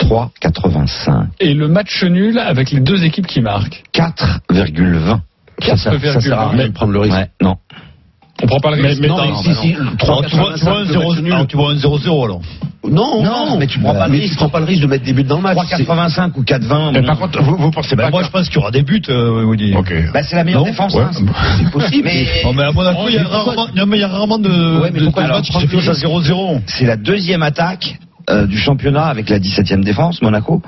[SPEAKER 5] 3,85.
[SPEAKER 2] Et le match nul avec les deux équipes qui marquent
[SPEAKER 5] 4,20.
[SPEAKER 1] Ça, sert- ça sert à rien de prendre le risque.
[SPEAKER 5] non.
[SPEAKER 2] On prend pas le
[SPEAKER 1] Mais-
[SPEAKER 2] risque.
[SPEAKER 1] mais non, mais si, si, le trois-
[SPEAKER 2] Alors, tu vois- tu vois un 0
[SPEAKER 1] alors, tu vois un 0-0 alors non, non, mais tu prends pas le risque. Tu prends pas le risque de mettre des buts dans le match.
[SPEAKER 5] 3,85 ou euh, 4,20.
[SPEAKER 1] Mais Ben,
[SPEAKER 5] Mais
[SPEAKER 1] par contre, vous- vous pensez pas
[SPEAKER 5] Moi,
[SPEAKER 1] que-
[SPEAKER 5] je pense qu'il y aura des buts, euh, Woody. Bah, c'est la meilleure défense. hein, c'est- c'est possible. Oh,
[SPEAKER 18] Non, Oh, mais à Monaco, il y a rarement- non, mais il y a
[SPEAKER 4] Euh,
[SPEAKER 18] rarement de,
[SPEAKER 5] Ouais, mais
[SPEAKER 18] de-
[SPEAKER 5] pourquoi
[SPEAKER 18] de
[SPEAKER 5] alors,
[SPEAKER 18] matchs qui se finissent à 0-0.
[SPEAKER 5] C'est la deuxième attaque euh, du championnat avec la 17e défense, Monaco.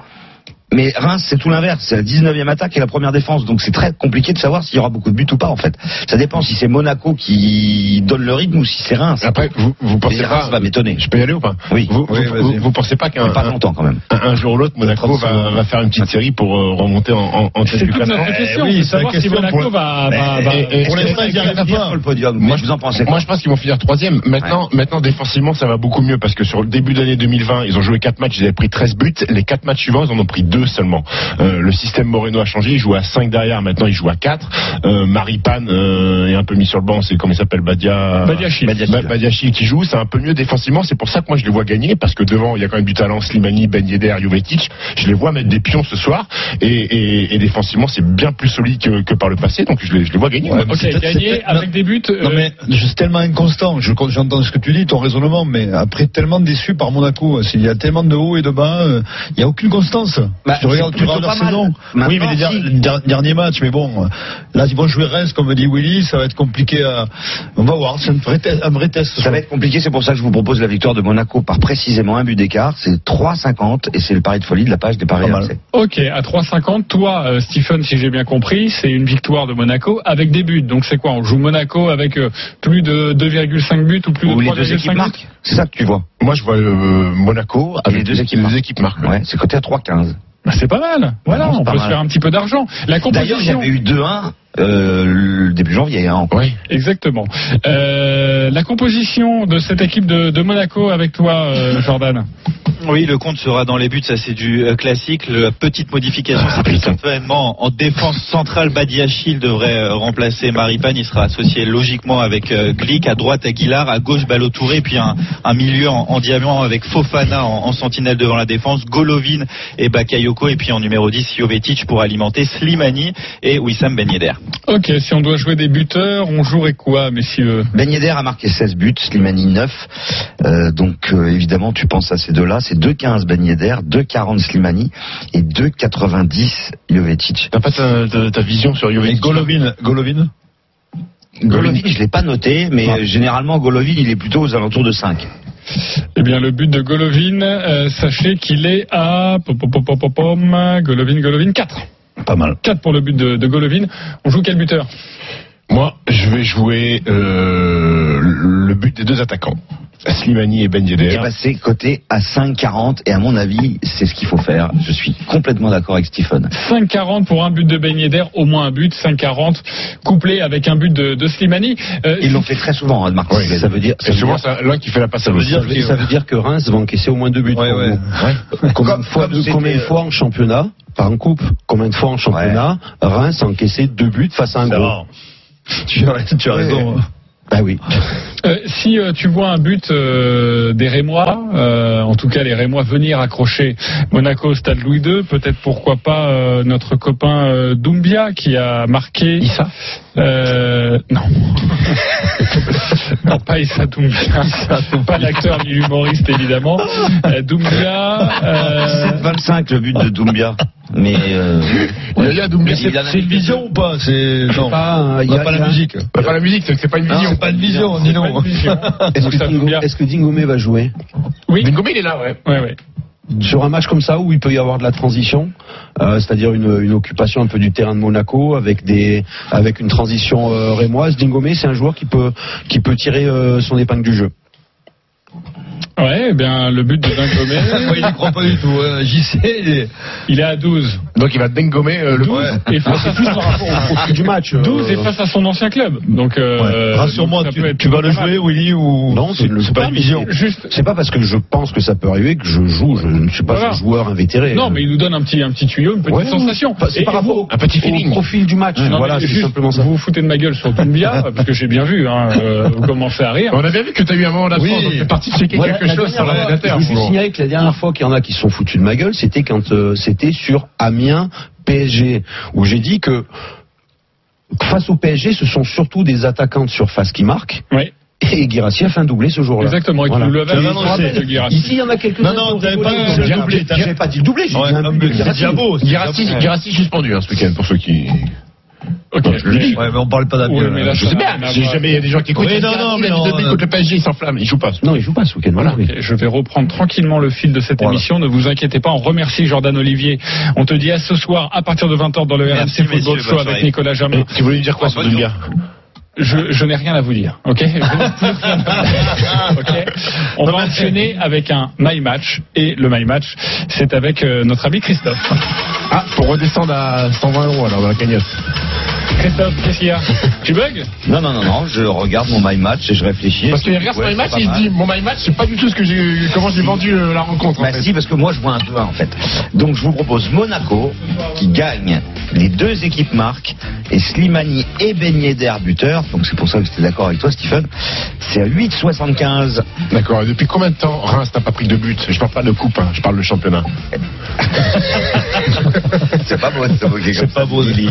[SPEAKER 5] Mais Reims, c'est tout l'inverse. C'est la 19e attaque et la première défense. Donc c'est très compliqué de savoir s'il y aura beaucoup de buts ou pas, en fait. Ça dépend si c'est Monaco qui donne le rythme ou si c'est Reims. Après,
[SPEAKER 4] vous, vous pensez
[SPEAKER 5] Reims
[SPEAKER 4] pas-
[SPEAKER 5] va m'étonner.
[SPEAKER 4] Je peux y aller ou pas
[SPEAKER 5] Oui.
[SPEAKER 4] Vous, vous, vous- vous pensez pas qu'un
[SPEAKER 5] Mais pas
[SPEAKER 4] un-
[SPEAKER 5] longtemps, quand même.
[SPEAKER 4] un, un jour ou l'autre, Monaco va, va faire une petite série pour euh, remonter en, en, en tête
[SPEAKER 2] C'est
[SPEAKER 4] du
[SPEAKER 2] toute
[SPEAKER 4] classement
[SPEAKER 2] notre question,
[SPEAKER 4] Eh
[SPEAKER 2] c'est
[SPEAKER 4] c'est la
[SPEAKER 2] savoir si
[SPEAKER 4] question
[SPEAKER 2] Monaco
[SPEAKER 4] pour-
[SPEAKER 2] va-
[SPEAKER 4] Eh,
[SPEAKER 2] va-
[SPEAKER 4] eh,
[SPEAKER 2] va-
[SPEAKER 4] eh,
[SPEAKER 2] Pour
[SPEAKER 4] est-ce
[SPEAKER 2] l'instant,
[SPEAKER 4] qu'ils
[SPEAKER 2] ils
[SPEAKER 4] arrivent
[SPEAKER 2] y
[SPEAKER 4] à
[SPEAKER 2] arrivent
[SPEAKER 4] finir
[SPEAKER 2] pas.
[SPEAKER 4] sur le podium Moi, je vous en pensez Moi, je pense qu'ils vont finir troisième. Maintenant, maintenant, défensivement, ça va beaucoup mieux parce que sur le début de l'année 2020, ils ont joué quatre matchs, ils avaient pris 13 buts. Les quatre matchs suivants, ils en ont pris deux seulement. Euh, le système Moreno a changé. Ils jouaient à 5 derrière. Maintenant, ils jouent à 4. Euh, Maripane euh, est un peu mis sur le banc. C'est comment il s'appelle Badia.
[SPEAKER 2] Badiachil.
[SPEAKER 4] Ba- Badiachil qui joue, c'est un peu mieux défensivement. C'est pour ça que moi je les vois gagner parce que devant il y a quand même du talent. Slimani, Ben Yedder, Jovetic. Je les vois mettre des pions ce soir et, et- et défensivement c'est bien plus solide que, que par le passé. Donc je les, je les vois gagner.
[SPEAKER 3] Ouais,
[SPEAKER 4] moi.
[SPEAKER 3] mais c'est
[SPEAKER 2] Ok,
[SPEAKER 3] peut-être- c'est
[SPEAKER 2] gagné
[SPEAKER 3] peut-être-
[SPEAKER 2] avec des buts. euh,
[SPEAKER 3] Non mais je suis tellement inconstant, Je- j'entends ce que tu dis, ton raisonnement, mais après tellement déçu par Monaco, il y a tellement de hauts et de bas, euh, il n'y a aucune constance.
[SPEAKER 5] Bah,
[SPEAKER 3] tu regardes,
[SPEAKER 5] c'est
[SPEAKER 3] tu
[SPEAKER 5] plutôt
[SPEAKER 3] regardes leur
[SPEAKER 5] pas mal.
[SPEAKER 3] saison.
[SPEAKER 5] Maintenant,
[SPEAKER 3] oui, mais les, der-
[SPEAKER 5] si.
[SPEAKER 3] les der- derniers matchs, mais bon, euh, là ils vont jouer Reims, comme dit Willy, ça va être compliqué à... On va voir, c'est un vrai test. un vrai test, ce
[SPEAKER 5] Ça
[SPEAKER 3] soir.
[SPEAKER 5] va être compliqué, c'est pour ça que je vous propose la victoire de Monaco par précisément un but d'écart. C'est 3,50 et c'est le pari de folie de la page des paris RMC.
[SPEAKER 2] Ok, à 3,50, toi, euh, Stephen, si j'ai bien compris, c'est une victoire de Monaco avec des buts. Donc c'est quoi On joue Monaco avec euh, plus de 2,5 buts ou plus
[SPEAKER 5] Ou
[SPEAKER 2] de
[SPEAKER 5] les deux
[SPEAKER 2] 3,5
[SPEAKER 5] équipes
[SPEAKER 2] buts
[SPEAKER 5] marquent C'est ça que tu vois
[SPEAKER 4] Moi je vois euh, Monaco avec
[SPEAKER 5] les deux équipes marquent. Ouais, c'est coté à 3,15.
[SPEAKER 2] Bah, C'est pas mal. Voilà,
[SPEAKER 5] Non, c'est
[SPEAKER 2] on
[SPEAKER 5] pas
[SPEAKER 2] peut se
[SPEAKER 5] mal.
[SPEAKER 2] faire un petit peu d'argent. La
[SPEAKER 5] D'ailleurs,
[SPEAKER 2] composition.
[SPEAKER 5] j'avais eu 2-1 euh, le début janvier. Hein,
[SPEAKER 4] oui.
[SPEAKER 2] Exactement. Euh, la composition de cette équipe de, de Monaco avec toi, euh, Jordan.
[SPEAKER 18] Oui, le compte sera dans les buts, ça c'est du euh, classique. La petite modification, c'est que certainement en défense centrale, Badiachil devrait euh, remplacer Maripane. Il sera associé logiquement avec euh, Glick, à droite Aguilar, à gauche Balotouré, puis un, un milieu en, en diamant avec Fofana en, en sentinelle devant la défense, Golovin et Bakayoko, et puis en numéro 10, Jovetic pour alimenter Slimani et Wissam Ben Yedder.
[SPEAKER 2] Ok, si on doit jouer des buteurs, on jouerait quoi, messieurs
[SPEAKER 5] Ben Yedder a marqué 16 buts, Slimani 9. Euh, donc euh, évidemment, tu penses à ces deux-là. C'est 2,15 Ben Yedder, 2,40 Slimani et 2,90 Jovetic.
[SPEAKER 4] T'as pas ta, ta- ta vision sur Jovic
[SPEAKER 3] Golovin, Golovin
[SPEAKER 5] Golovin, je l'ai pas noté, mais euh, généralement Golovin, il est plutôt aux alentours de 5.
[SPEAKER 2] Eh bien, le but de Golovin, euh, sachez qu'il est à pom, pom, pom, pom, pom, pom, Golovin, Golovin 4.
[SPEAKER 3] Pas mal.
[SPEAKER 2] 4 pour le but de, de Golovin. On joue quel buteur
[SPEAKER 4] Moi je vais jouer euh, le Euh, but des deux attaquants. Slimani et Ben
[SPEAKER 5] Il est
[SPEAKER 4] Yedder.
[SPEAKER 5] passé côté à 5,40 et à mon avis, c'est ce qu'il faut faire. Je suis complètement d'accord avec Stephen.
[SPEAKER 2] 5,40 pour un but de Ben Yedder, au moins un but, 5,40 couplé avec un but de, de Slimani. Euh,
[SPEAKER 5] Ils l'ont fait très souvent, hein, Marc. Ça veut dire.
[SPEAKER 4] Et souvent, c'est l'un qui fait la passe
[SPEAKER 1] Ça
[SPEAKER 4] à
[SPEAKER 1] veut,
[SPEAKER 4] l'autre.
[SPEAKER 1] dire, ça veut dire que Reims va encaisser au moins deux buts. pour vous. Combien, de fois,
[SPEAKER 5] comme c'était,
[SPEAKER 1] combien de
[SPEAKER 5] euh,
[SPEAKER 1] fois en championnat, pas en coupe, combien de fois en championnat, Reims a encaissé deux buts face à un gros
[SPEAKER 18] Tu as, tu as raison.
[SPEAKER 1] Bah oui.
[SPEAKER 2] Euh, si euh, tu vois un but euh, des Rémois, euh, en tout cas les Rémois venir accrocher Monaco au stade Louis II, peut-être pourquoi pas euh, notre copain euh, Doumbia qui a marqué. Issa euh, Non. non, pas Issa Doumbia. Pas l'acteur ni l'humoriste évidemment. Euh, Doumbia. euh,
[SPEAKER 5] 25 le but de Doumbia. Mais. euh,
[SPEAKER 4] Yaya Doumbia,
[SPEAKER 5] mais
[SPEAKER 4] c'est-
[SPEAKER 5] il en a
[SPEAKER 4] c'est
[SPEAKER 5] mis
[SPEAKER 4] une
[SPEAKER 5] quelques-
[SPEAKER 4] vision ou pas C'est non.
[SPEAKER 1] pas,
[SPEAKER 4] On n'a pas la musique. On n'a pas la musique, c'est que c'est pas une
[SPEAKER 3] Ah,
[SPEAKER 4] vision.
[SPEAKER 1] c'est
[SPEAKER 4] pas une vision,
[SPEAKER 2] C'est pas une vision.
[SPEAKER 1] Est-ce que,
[SPEAKER 2] Ça
[SPEAKER 1] Dingo- est-ce que Dingomé va jouer
[SPEAKER 2] Oui.
[SPEAKER 4] Dingomé, il est là, ouais.
[SPEAKER 2] Ouais, ouais.
[SPEAKER 1] Sur un match comme ça où il peut y avoir de la transition, euh, c'est-à-dire une, une occupation un peu du terrain de Monaco avec des avec une transition euh, rémoise, Dingomé c'est un joueur qui peut qui peut tirer euh, son épingle du jeu.
[SPEAKER 2] Ouais, eh bien le but de Dingomé,
[SPEAKER 18] Moi, il n'y croit pas du tout. hein. JC, il est-
[SPEAKER 2] il est à 12.
[SPEAKER 4] Donc il va dingommer euh, le
[SPEAKER 2] 12
[SPEAKER 4] Ouais.
[SPEAKER 2] et face à son
[SPEAKER 1] profit du match. euh,
[SPEAKER 2] 12 et face à son ancien club. Donc euh,
[SPEAKER 3] Rassure-moi,
[SPEAKER 2] ça
[SPEAKER 3] tu,
[SPEAKER 2] peut être
[SPEAKER 3] tu vas le
[SPEAKER 2] pas mal.
[SPEAKER 3] jouer, Willy, ou.
[SPEAKER 1] Non, c'est
[SPEAKER 3] c'est pas une vision.
[SPEAKER 2] Juste
[SPEAKER 1] C'est pas parce que je pense que ça peut arriver que je joue. Je ne suis pas
[SPEAKER 2] Voilà.
[SPEAKER 1] un joueur invétéré.
[SPEAKER 2] Non, mais il nous donne un petit, un petit tuyau, une petite
[SPEAKER 1] Ouais.
[SPEAKER 2] sensation.
[SPEAKER 1] Enfin, C'est
[SPEAKER 2] Et-
[SPEAKER 1] par rapport au,
[SPEAKER 4] un petit
[SPEAKER 1] au
[SPEAKER 4] feeling.
[SPEAKER 1] profil du match.
[SPEAKER 2] Non, mais
[SPEAKER 1] voilà, c'est
[SPEAKER 2] juste,
[SPEAKER 1] simplement ça.
[SPEAKER 2] Vous vous foutez de ma gueule sur Dumbia, parce que j'ai bien vu, hein, euh, vous commencez à rire.
[SPEAKER 4] On avait vu que tu as eu un moment d'absence,
[SPEAKER 2] Oui.
[SPEAKER 4] donc tu es parti checker
[SPEAKER 1] Voilà,
[SPEAKER 4] quelque
[SPEAKER 1] la
[SPEAKER 4] chose sur
[SPEAKER 1] dernière fois,
[SPEAKER 4] l'ordinateur.
[SPEAKER 1] Je vous signale que la dernière fois qu'il y en a qui se sont foutus de ma gueule, c'était quand euh, c'était sur Amiens PSG où j'ai dit que face au PSG, ce sont surtout des attaquants de surface qui marquent.
[SPEAKER 2] Ouais.
[SPEAKER 1] Et Guirassi a fait un doublé ce jour-là.
[SPEAKER 2] Exactement, et tu
[SPEAKER 1] Voilà.
[SPEAKER 2] nous l'avais
[SPEAKER 1] Je
[SPEAKER 2] annoncé,
[SPEAKER 1] vous rappelle,
[SPEAKER 2] le Guirassi.
[SPEAKER 1] Ici, il y en a quelques-uns.
[SPEAKER 3] Non, non,
[SPEAKER 1] qui ont
[SPEAKER 3] t'avais
[SPEAKER 1] rigolé,
[SPEAKER 3] pas
[SPEAKER 1] ils ont
[SPEAKER 3] dit le
[SPEAKER 1] dit,
[SPEAKER 3] doublé, t'as-
[SPEAKER 1] J'avais pas dit le doublé, j'ai
[SPEAKER 3] Ouais,
[SPEAKER 1] dit un
[SPEAKER 3] non,
[SPEAKER 1] but de
[SPEAKER 3] mais c'est
[SPEAKER 1] Guirassi.
[SPEAKER 4] Oh,
[SPEAKER 3] Diabo. c'est
[SPEAKER 4] Girassi,
[SPEAKER 3] Diabo.
[SPEAKER 4] Girassi suspendu hein, ce week-end pour ceux qui.
[SPEAKER 2] Ok,
[SPEAKER 4] je le dis.
[SPEAKER 18] Ouais, mais on parle pas hein.
[SPEAKER 2] Oui,
[SPEAKER 18] d'Abdel.
[SPEAKER 2] mais là,
[SPEAKER 4] Je
[SPEAKER 2] ça
[SPEAKER 4] sais
[SPEAKER 2] n'a
[SPEAKER 4] bien,
[SPEAKER 2] rien à
[SPEAKER 4] j'ai
[SPEAKER 2] voir.
[SPEAKER 4] jamais il y a des gens qui écoutent.
[SPEAKER 3] Oui, non,
[SPEAKER 4] Girassi,
[SPEAKER 3] non, mais
[SPEAKER 4] il a
[SPEAKER 3] non,
[SPEAKER 4] mis
[SPEAKER 18] euh,
[SPEAKER 4] deux buts
[SPEAKER 3] non.
[SPEAKER 4] contre le PSG, il s'enflamme, il joue pas.
[SPEAKER 1] Non, il joue pas ce week-end. Voilà. oui.
[SPEAKER 2] Ok, Je vais reprendre tranquillement le fil de cette
[SPEAKER 18] Voilà.
[SPEAKER 2] émission. Ne vous inquiétez pas. On remercie Jordan Olivier. On te dit à ce soir à partir de 20h dans le
[SPEAKER 18] Merci,
[SPEAKER 2] RMC Football
[SPEAKER 18] messieurs,
[SPEAKER 2] Show
[SPEAKER 18] bonne
[SPEAKER 2] avec
[SPEAKER 18] soirée.
[SPEAKER 2] Nicolas Jamin.
[SPEAKER 4] Et Tu voulais me dire quoi sur
[SPEAKER 18] Bonne
[SPEAKER 4] Dumbia
[SPEAKER 2] Je, je n'ai rien à vous dire, ok, Je n'ai plus rien à vous dire, ok On va enchaîner avec un My Match, et le My Match, c'est avec euh, notre ami Christophe.
[SPEAKER 4] Ah, pour redescendre à 120 euros alors dans la cagnotte.
[SPEAKER 2] Christophe, qu'est-ce qu'il y a Tu bugs
[SPEAKER 5] Non, non, non, non, je regarde mon my match et je réfléchis.
[SPEAKER 4] Parce qu'il regarde
[SPEAKER 5] Ouais,
[SPEAKER 4] son my match
[SPEAKER 5] c'est
[SPEAKER 4] et il
[SPEAKER 5] pas
[SPEAKER 4] se dit mon my match c'est pas du tout ce que j'ai comment j'ai vendu euh, la rencontre. en
[SPEAKER 5] Bah
[SPEAKER 4] fait.
[SPEAKER 5] si, parce que moi je vois un peu en fait. Donc je vous propose Monaco qui gagne. Les deux équipes marquent et Slimani et Ben Yedder buteur. Donc c'est pour ça que j'étais d'accord avec toi, Stephen. C'est à 8,75.
[SPEAKER 4] D'accord. Et Depuis combien de temps Bah, Reims n'a pas pris de but Je parle pas de coupe, hein, je parle de championnat.
[SPEAKER 5] C'est pas beau, c'est
[SPEAKER 4] C'est pas beau,
[SPEAKER 5] Lily.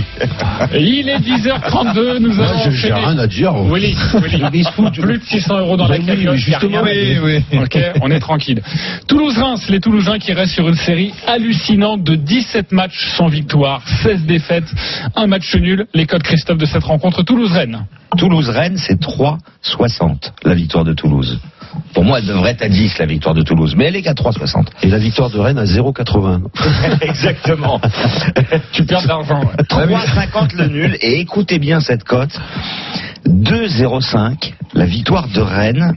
[SPEAKER 2] Il est 10h32, nous
[SPEAKER 1] Moi,
[SPEAKER 2] allons
[SPEAKER 1] je- j'ai
[SPEAKER 2] enchaîner.
[SPEAKER 1] rien à dire.
[SPEAKER 2] Willy, Willy, plus de 600 euros dans la
[SPEAKER 1] Oui,
[SPEAKER 2] cagnotte.
[SPEAKER 1] justement,
[SPEAKER 2] il y a rien à
[SPEAKER 18] oui,
[SPEAKER 2] dire. Ok, on est tranquille. Toulouse-Reims, les Toulousains qui restent sur une série hallucinante de 17 matchs sans victoire, 16 défaites, un match nul. Les codes Christophe de cette rencontre Toulouse-Rennes.
[SPEAKER 5] Toulouse-Rennes, c'est 3,60 la victoire de Toulouse. Pour moi, elle devrait être à 10 la victoire de Toulouse, mais elle est qu'à 3,60.
[SPEAKER 1] Et la victoire de Rennes à 0,80.
[SPEAKER 5] Exactement.
[SPEAKER 2] Tu perds de l'argent. ouais.
[SPEAKER 5] 3,50 le nul. Et écoutez bien cette cote. 2,05, la victoire de Rennes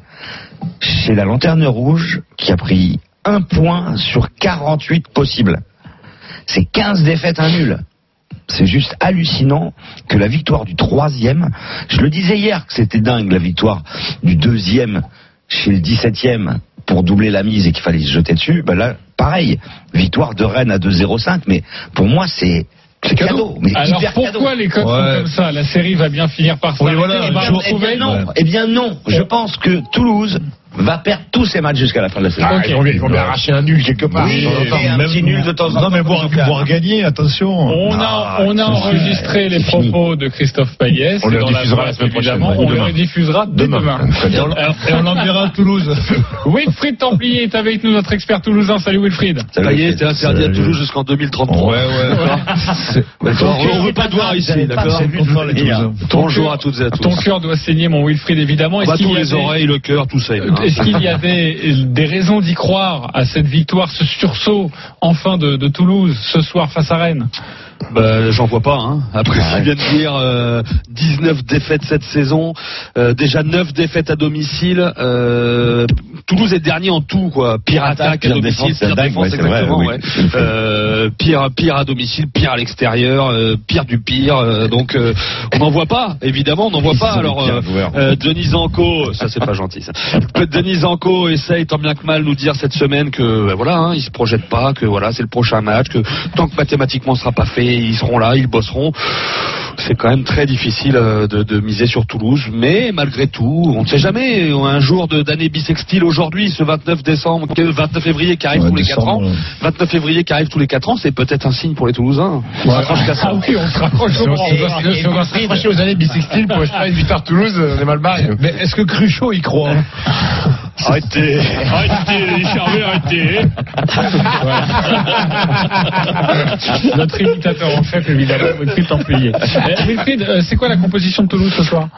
[SPEAKER 5] chez la Lanterne Rouge qui a pris un point sur 48 possibles. C'est 15 défaites, un nul. C'est juste hallucinant que la victoire du troisième, je le disais hier que c'était dingue la victoire du deuxième chez le 17e pour doubler la mise et qu'il fallait se jeter dessus, ben là, pareil, victoire de Rennes à 2-0-5, mais pour moi c'est c'est cadeau. mais
[SPEAKER 2] Alors
[SPEAKER 5] hyper
[SPEAKER 2] pourquoi
[SPEAKER 5] cadeau.
[SPEAKER 2] les codes sont comme ça La série va bien finir par ça.
[SPEAKER 5] Eh
[SPEAKER 2] on va
[SPEAKER 5] ben, eh
[SPEAKER 2] retrouver.
[SPEAKER 5] bien, non, eh bien non, je pense que Toulouse va perdre tous ses matchs jusqu'à la fin de la saison.
[SPEAKER 4] Ah,
[SPEAKER 2] Ok.
[SPEAKER 4] ils, vont, bien- ils vont bien arracher un nul quelque part.
[SPEAKER 5] Oui,
[SPEAKER 4] Ils vont
[SPEAKER 5] et
[SPEAKER 4] entendre.
[SPEAKER 5] un petit nul de temps en temps.
[SPEAKER 3] Non, mais voir, voir gagner, attention.
[SPEAKER 2] On
[SPEAKER 3] Ah,
[SPEAKER 2] a, on a enregistré les propos de Christophe Payet.
[SPEAKER 4] On
[SPEAKER 2] C'est
[SPEAKER 4] le
[SPEAKER 2] dans la
[SPEAKER 4] diffusera la
[SPEAKER 2] presse,
[SPEAKER 4] semaine prochaine,
[SPEAKER 2] évidemment.
[SPEAKER 4] ou
[SPEAKER 2] On le
[SPEAKER 4] demain.
[SPEAKER 2] rediffusera dès demain.
[SPEAKER 4] Très bien.
[SPEAKER 2] Alors, Et on enverra à Toulouse. Wilfried Templier est avec nous, notre expert toulousain. Salut Wilfried.
[SPEAKER 5] Ça y est,
[SPEAKER 1] c'est interdit à Toulouse jusqu'en 2033. Ouais, ouais.
[SPEAKER 5] on veut pas te voir ici, d'accord
[SPEAKER 2] Bonjour
[SPEAKER 1] à toutes et à
[SPEAKER 2] Ton cœur doit saigner, mon Wilfried, évidemment. Est-ce qu'il y a des-
[SPEAKER 1] le cœur, tout ça.
[SPEAKER 2] Est-ce qu'il y a des, des raisons d'y croire à cette victoire, ce sursaut enfin de, de Toulouse ce soir face à Rennes
[SPEAKER 19] Bah, J'en vois pas. Hein. Après,
[SPEAKER 5] Ah
[SPEAKER 19] ce
[SPEAKER 5] ouais.
[SPEAKER 19] qu'il vient de dire, euh, 19 défaites cette saison, euh, déjà 9 défaites à domicile. euh, Toulouse est dernier en tout, quoi. Pire attaque à
[SPEAKER 5] pire
[SPEAKER 19] domicile,
[SPEAKER 5] défense, c'est
[SPEAKER 19] pire
[SPEAKER 5] dingue,
[SPEAKER 19] défense,
[SPEAKER 5] ouais, c'est vrai,
[SPEAKER 19] exactement.
[SPEAKER 5] oui.
[SPEAKER 19] ouais. Euh, pire, pire à domicile, pire à l'extérieur, euh, pire du pire. euh, donc, euh, on n'en voit pas, évidemment, on n'en voit pas.
[SPEAKER 5] sont
[SPEAKER 19] Alors,
[SPEAKER 5] les pires
[SPEAKER 19] euh,
[SPEAKER 5] joueurs.
[SPEAKER 19] euh, Denis Zanko, ça c'est pas gentil. Ça. Denis Zanko essaye tant bien que mal nous dire cette semaine que ben, voilà, hein, ils se projettent pas, que voilà, c'est le prochain match, que tant que mathématiquement ce sera pas fait, ils seront là, ils bosseront. C'est quand même très difficile euh, de, de miser sur Toulouse, mais malgré tout, on ne sait jamais. euh, Un jour de- d'année bisextile aujourd'hui, ce 29 décembre, que- 29 février qui arrive tous les 4 ans, 29 février qui arrive tous les 4 ans, c'est peut-être un signe pour les Toulousains. On se rapproche qu'à
[SPEAKER 4] Ah
[SPEAKER 19] ça.
[SPEAKER 4] Franchir aux années bisextiles pour espérer une victoire de Toulouse, euh, on est mal barré.
[SPEAKER 2] Mais est-ce que Cruchot y croit
[SPEAKER 19] Arrêtez,
[SPEAKER 2] arrêtez, les charmés, arrêtez. Notre imitateur en chef, évidemment, Wilfried Templier. Eh, Wilfried, euh, c'est quoi la composition de Toulouse ce soir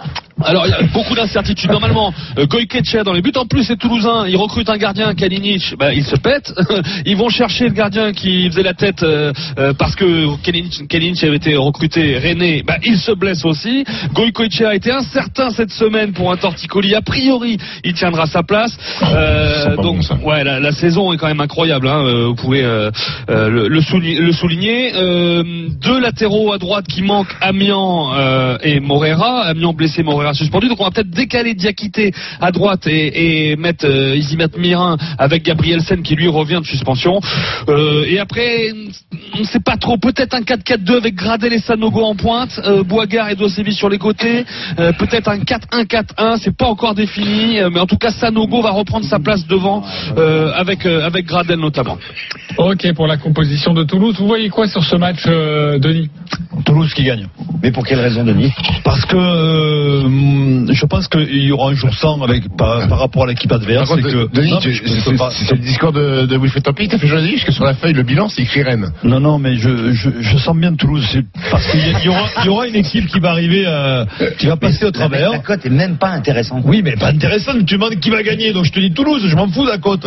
[SPEAKER 19] Alors il y a beaucoup d'incertitudes. Normalement, euh, Goykeche dans les buts. En plus, c'est Toulousain. Ils recrutent un gardien, Kalinic. Bah, ils se pètent. Ils vont chercher le gardien qui faisait la tête euh, euh, parce que Kalinic, Kalinic avait été recruté. René, bah, il se blesse aussi. Goykeche a été incertain cette semaine pour un torticolis. A priori, il tiendra sa place. Euh, donc, ouais, la, la saison est quand même incroyable. hein. Euh, Vous pouvez euh, euh, le, le souligner. le souligner. Euh, deux latéraux à droite qui manquent, Amiens euh, et Morera. Amiens blessé, Morera suspendu. Donc on va peut-être décaler Diakité à droite et, et mettre euh, Isimat Mirin avec Gabriel Sen qui lui revient de suspension. Euh, et après, on ne sait pas trop. Peut-être un 4-4-2 avec Gradel et Sanogo en pointe, euh, Boigard et Dosevi sur les côtés. Euh, peut-être un 4-1-4-1. C'est pas encore défini, euh, mais en tout cas Sanogo va reprendre sa place devant euh, avec euh, avec Gradel notamment.
[SPEAKER 2] Ok, pour la composition de Toulouse, vous voyez quoi sur ce match, euh, Denis
[SPEAKER 5] Toulouse qui gagne. Mais pour quelle raison, Denis
[SPEAKER 3] Parce que euh, hum, je pense qu'il y aura un jour sans avec, par, par rapport à l'équipe adverse.
[SPEAKER 4] Par contre,
[SPEAKER 3] et que-
[SPEAKER 4] Denis,
[SPEAKER 3] Non, mais
[SPEAKER 4] tu-
[SPEAKER 3] je
[SPEAKER 4] c'est
[SPEAKER 3] peux pas-
[SPEAKER 4] c'est- c'est le discours de, de Wilfried Templier qui t'a fait choisir, parce que sur la feuille, le bilan, c'est écrit Rennes.
[SPEAKER 3] Non, non, mais je, je, je sens bien Toulouse. C'est parce qu'il y, a- il y aura, il y aura une équipe qui va arriver, euh, qui va passer au travers.
[SPEAKER 5] La cote est même pas intéressante.
[SPEAKER 3] Oui, mais pas intéressant. Tu demandes qui va gagner. Donc je te dis Toulouse. Je m'en fous de la cote.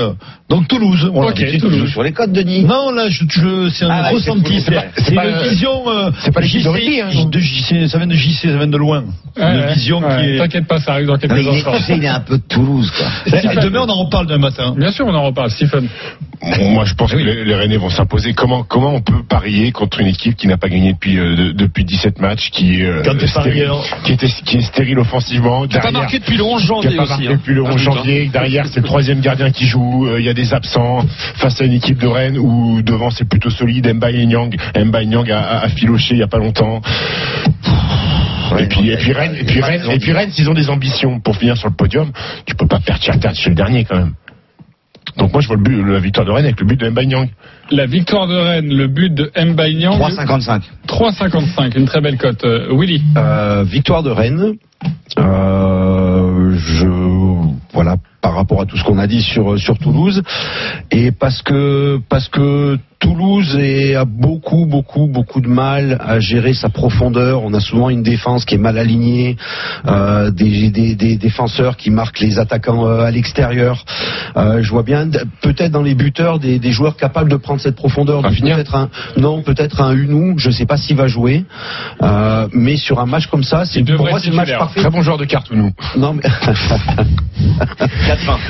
[SPEAKER 3] Donc Toulouse. Voilà.
[SPEAKER 5] Ok, Tu Toulouse. joues sur les cotes, Denis.
[SPEAKER 3] Non, là, je, je- c'est un
[SPEAKER 5] Ah, ouais,
[SPEAKER 3] ressenti.
[SPEAKER 5] c'est- c'est pas-
[SPEAKER 3] C'est
[SPEAKER 5] c'est pas-
[SPEAKER 3] une vision. euh,
[SPEAKER 5] c'est pas les
[SPEAKER 3] JC,
[SPEAKER 5] priorités, hein.
[SPEAKER 3] de JC, ça vient de JC, ça vient de loin.
[SPEAKER 2] Ouais,
[SPEAKER 3] une
[SPEAKER 2] ouais,
[SPEAKER 3] vision qui
[SPEAKER 2] ouais,
[SPEAKER 3] est.
[SPEAKER 2] T'inquiète pas, ça arrive dans
[SPEAKER 5] Mais
[SPEAKER 2] quelques
[SPEAKER 5] il est,
[SPEAKER 2] instants.
[SPEAKER 5] tu sais, il est un peu de Toulouse, quoi.
[SPEAKER 3] Eh, Demain, on en reparle demain matin.
[SPEAKER 2] Bien sûr, on en reparle, Stephen.
[SPEAKER 4] Bon, Moi, je pense
[SPEAKER 3] Ah
[SPEAKER 4] que les, les Rennais vont s'imposer. Comment, comment on peut parier contre une équipe qui n'a pas gagné depuis, euh, de- depuis 17 matchs, qui, est, euh,
[SPEAKER 3] Quand t'es
[SPEAKER 4] stérile,
[SPEAKER 3] parieur.
[SPEAKER 4] qui, était, qui est stérile offensivement
[SPEAKER 19] Qui a pas
[SPEAKER 4] derrière-
[SPEAKER 19] marqué depuis le 11 janvier
[SPEAKER 4] qui a pas
[SPEAKER 19] aussi,
[SPEAKER 4] marqué
[SPEAKER 19] hein.
[SPEAKER 4] depuis le
[SPEAKER 19] Ah,
[SPEAKER 4] 11
[SPEAKER 19] putain.
[SPEAKER 4] janvier. Derrière, c'est le troisième gardien qui joue. Euh, Il y a des absents face à une équipe de Rennes où devant c'est plutôt solide. Mbaye Nyang, Mbaye Nyang a, a- a filoché il y a pas longtemps. et puis, et puis Rennes, et puis Rennes, et puis Rennes, s'ils ont des ambitions pour finir sur le podium, tu peux pas perdre Tchertat, c'est le dernier quand même. Donc moi je vois le but, la victoire de Rennes avec le but de Mbaye Nyang.
[SPEAKER 2] La victoire de Rennes, le but de Mbaye Niang.
[SPEAKER 5] 3,55.
[SPEAKER 2] 3,55, une très belle cote. Euh, Willy
[SPEAKER 1] Euh, victoire de Rennes. Euh, je voilà par rapport à tout ce qu'on a dit sur sur Toulouse et parce que parce que Toulouse est- a beaucoup beaucoup beaucoup de mal à gérer sa profondeur. On a souvent une défense qui est mal alignée, euh, des, des- des défenseurs qui marquent les attaquants euh, à l'extérieur. Euh, je vois bien d- peut-être dans les buteurs des, des joueurs capables de prendre cette profondeur. Donc, Peut-être un non, peut-être un Unou. Je sais pas s'il va jouer, Euh, mais sur un match comme ça, c'est pour moi c'est le match parfait.
[SPEAKER 4] Très bon joueur de cartes, nous.
[SPEAKER 1] Non, mais...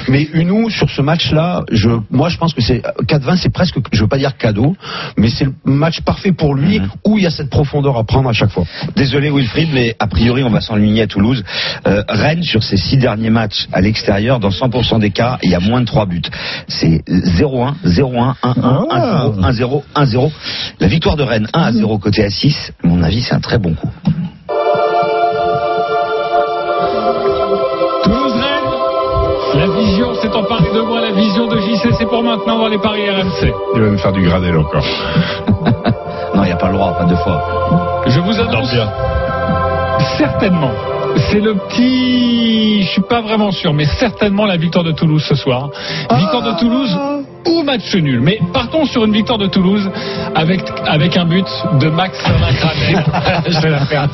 [SPEAKER 1] mais Unou, sur ce match-là, je, moi, je pense que c'est 4-20, c'est presque, je veux pas dire cadeau, mais c'est le match parfait pour lui
[SPEAKER 4] Mm-hmm.
[SPEAKER 1] où il y a cette profondeur à prendre à chaque fois.
[SPEAKER 5] Désolé Wilfried, mais a priori on va s'enligner à Toulouse. Euh, Rennes sur ses six derniers matchs à l'extérieur, dans 100% des cas, il y a moins de trois buts. C'est 0-1, 0-1, 1-1, 1-0,
[SPEAKER 4] Ah.
[SPEAKER 5] 1-0, 1-0. La victoire de Rennes 1-0 côté à 6, à mon avis c'est un très bon coup.
[SPEAKER 2] Toulouse-Rennes, la vision s'est emparée de moi, la vision de JC, c'est pour maintenant dans les paris RMC.
[SPEAKER 4] Il va me faire du gradel encore.
[SPEAKER 5] Non, il n'y a pas le droit, pas deux fois.
[SPEAKER 2] Je vous annonce. Certainement. C'est le
[SPEAKER 3] Ah.
[SPEAKER 2] petit. Je suis pas vraiment sûr, mais certainement la victoire de Toulouse ce soir. Victoire de Toulouse ou match nul. Mais partons sur une victoire de Toulouse avec, avec un but de Max Samacrané. Je vais la faire.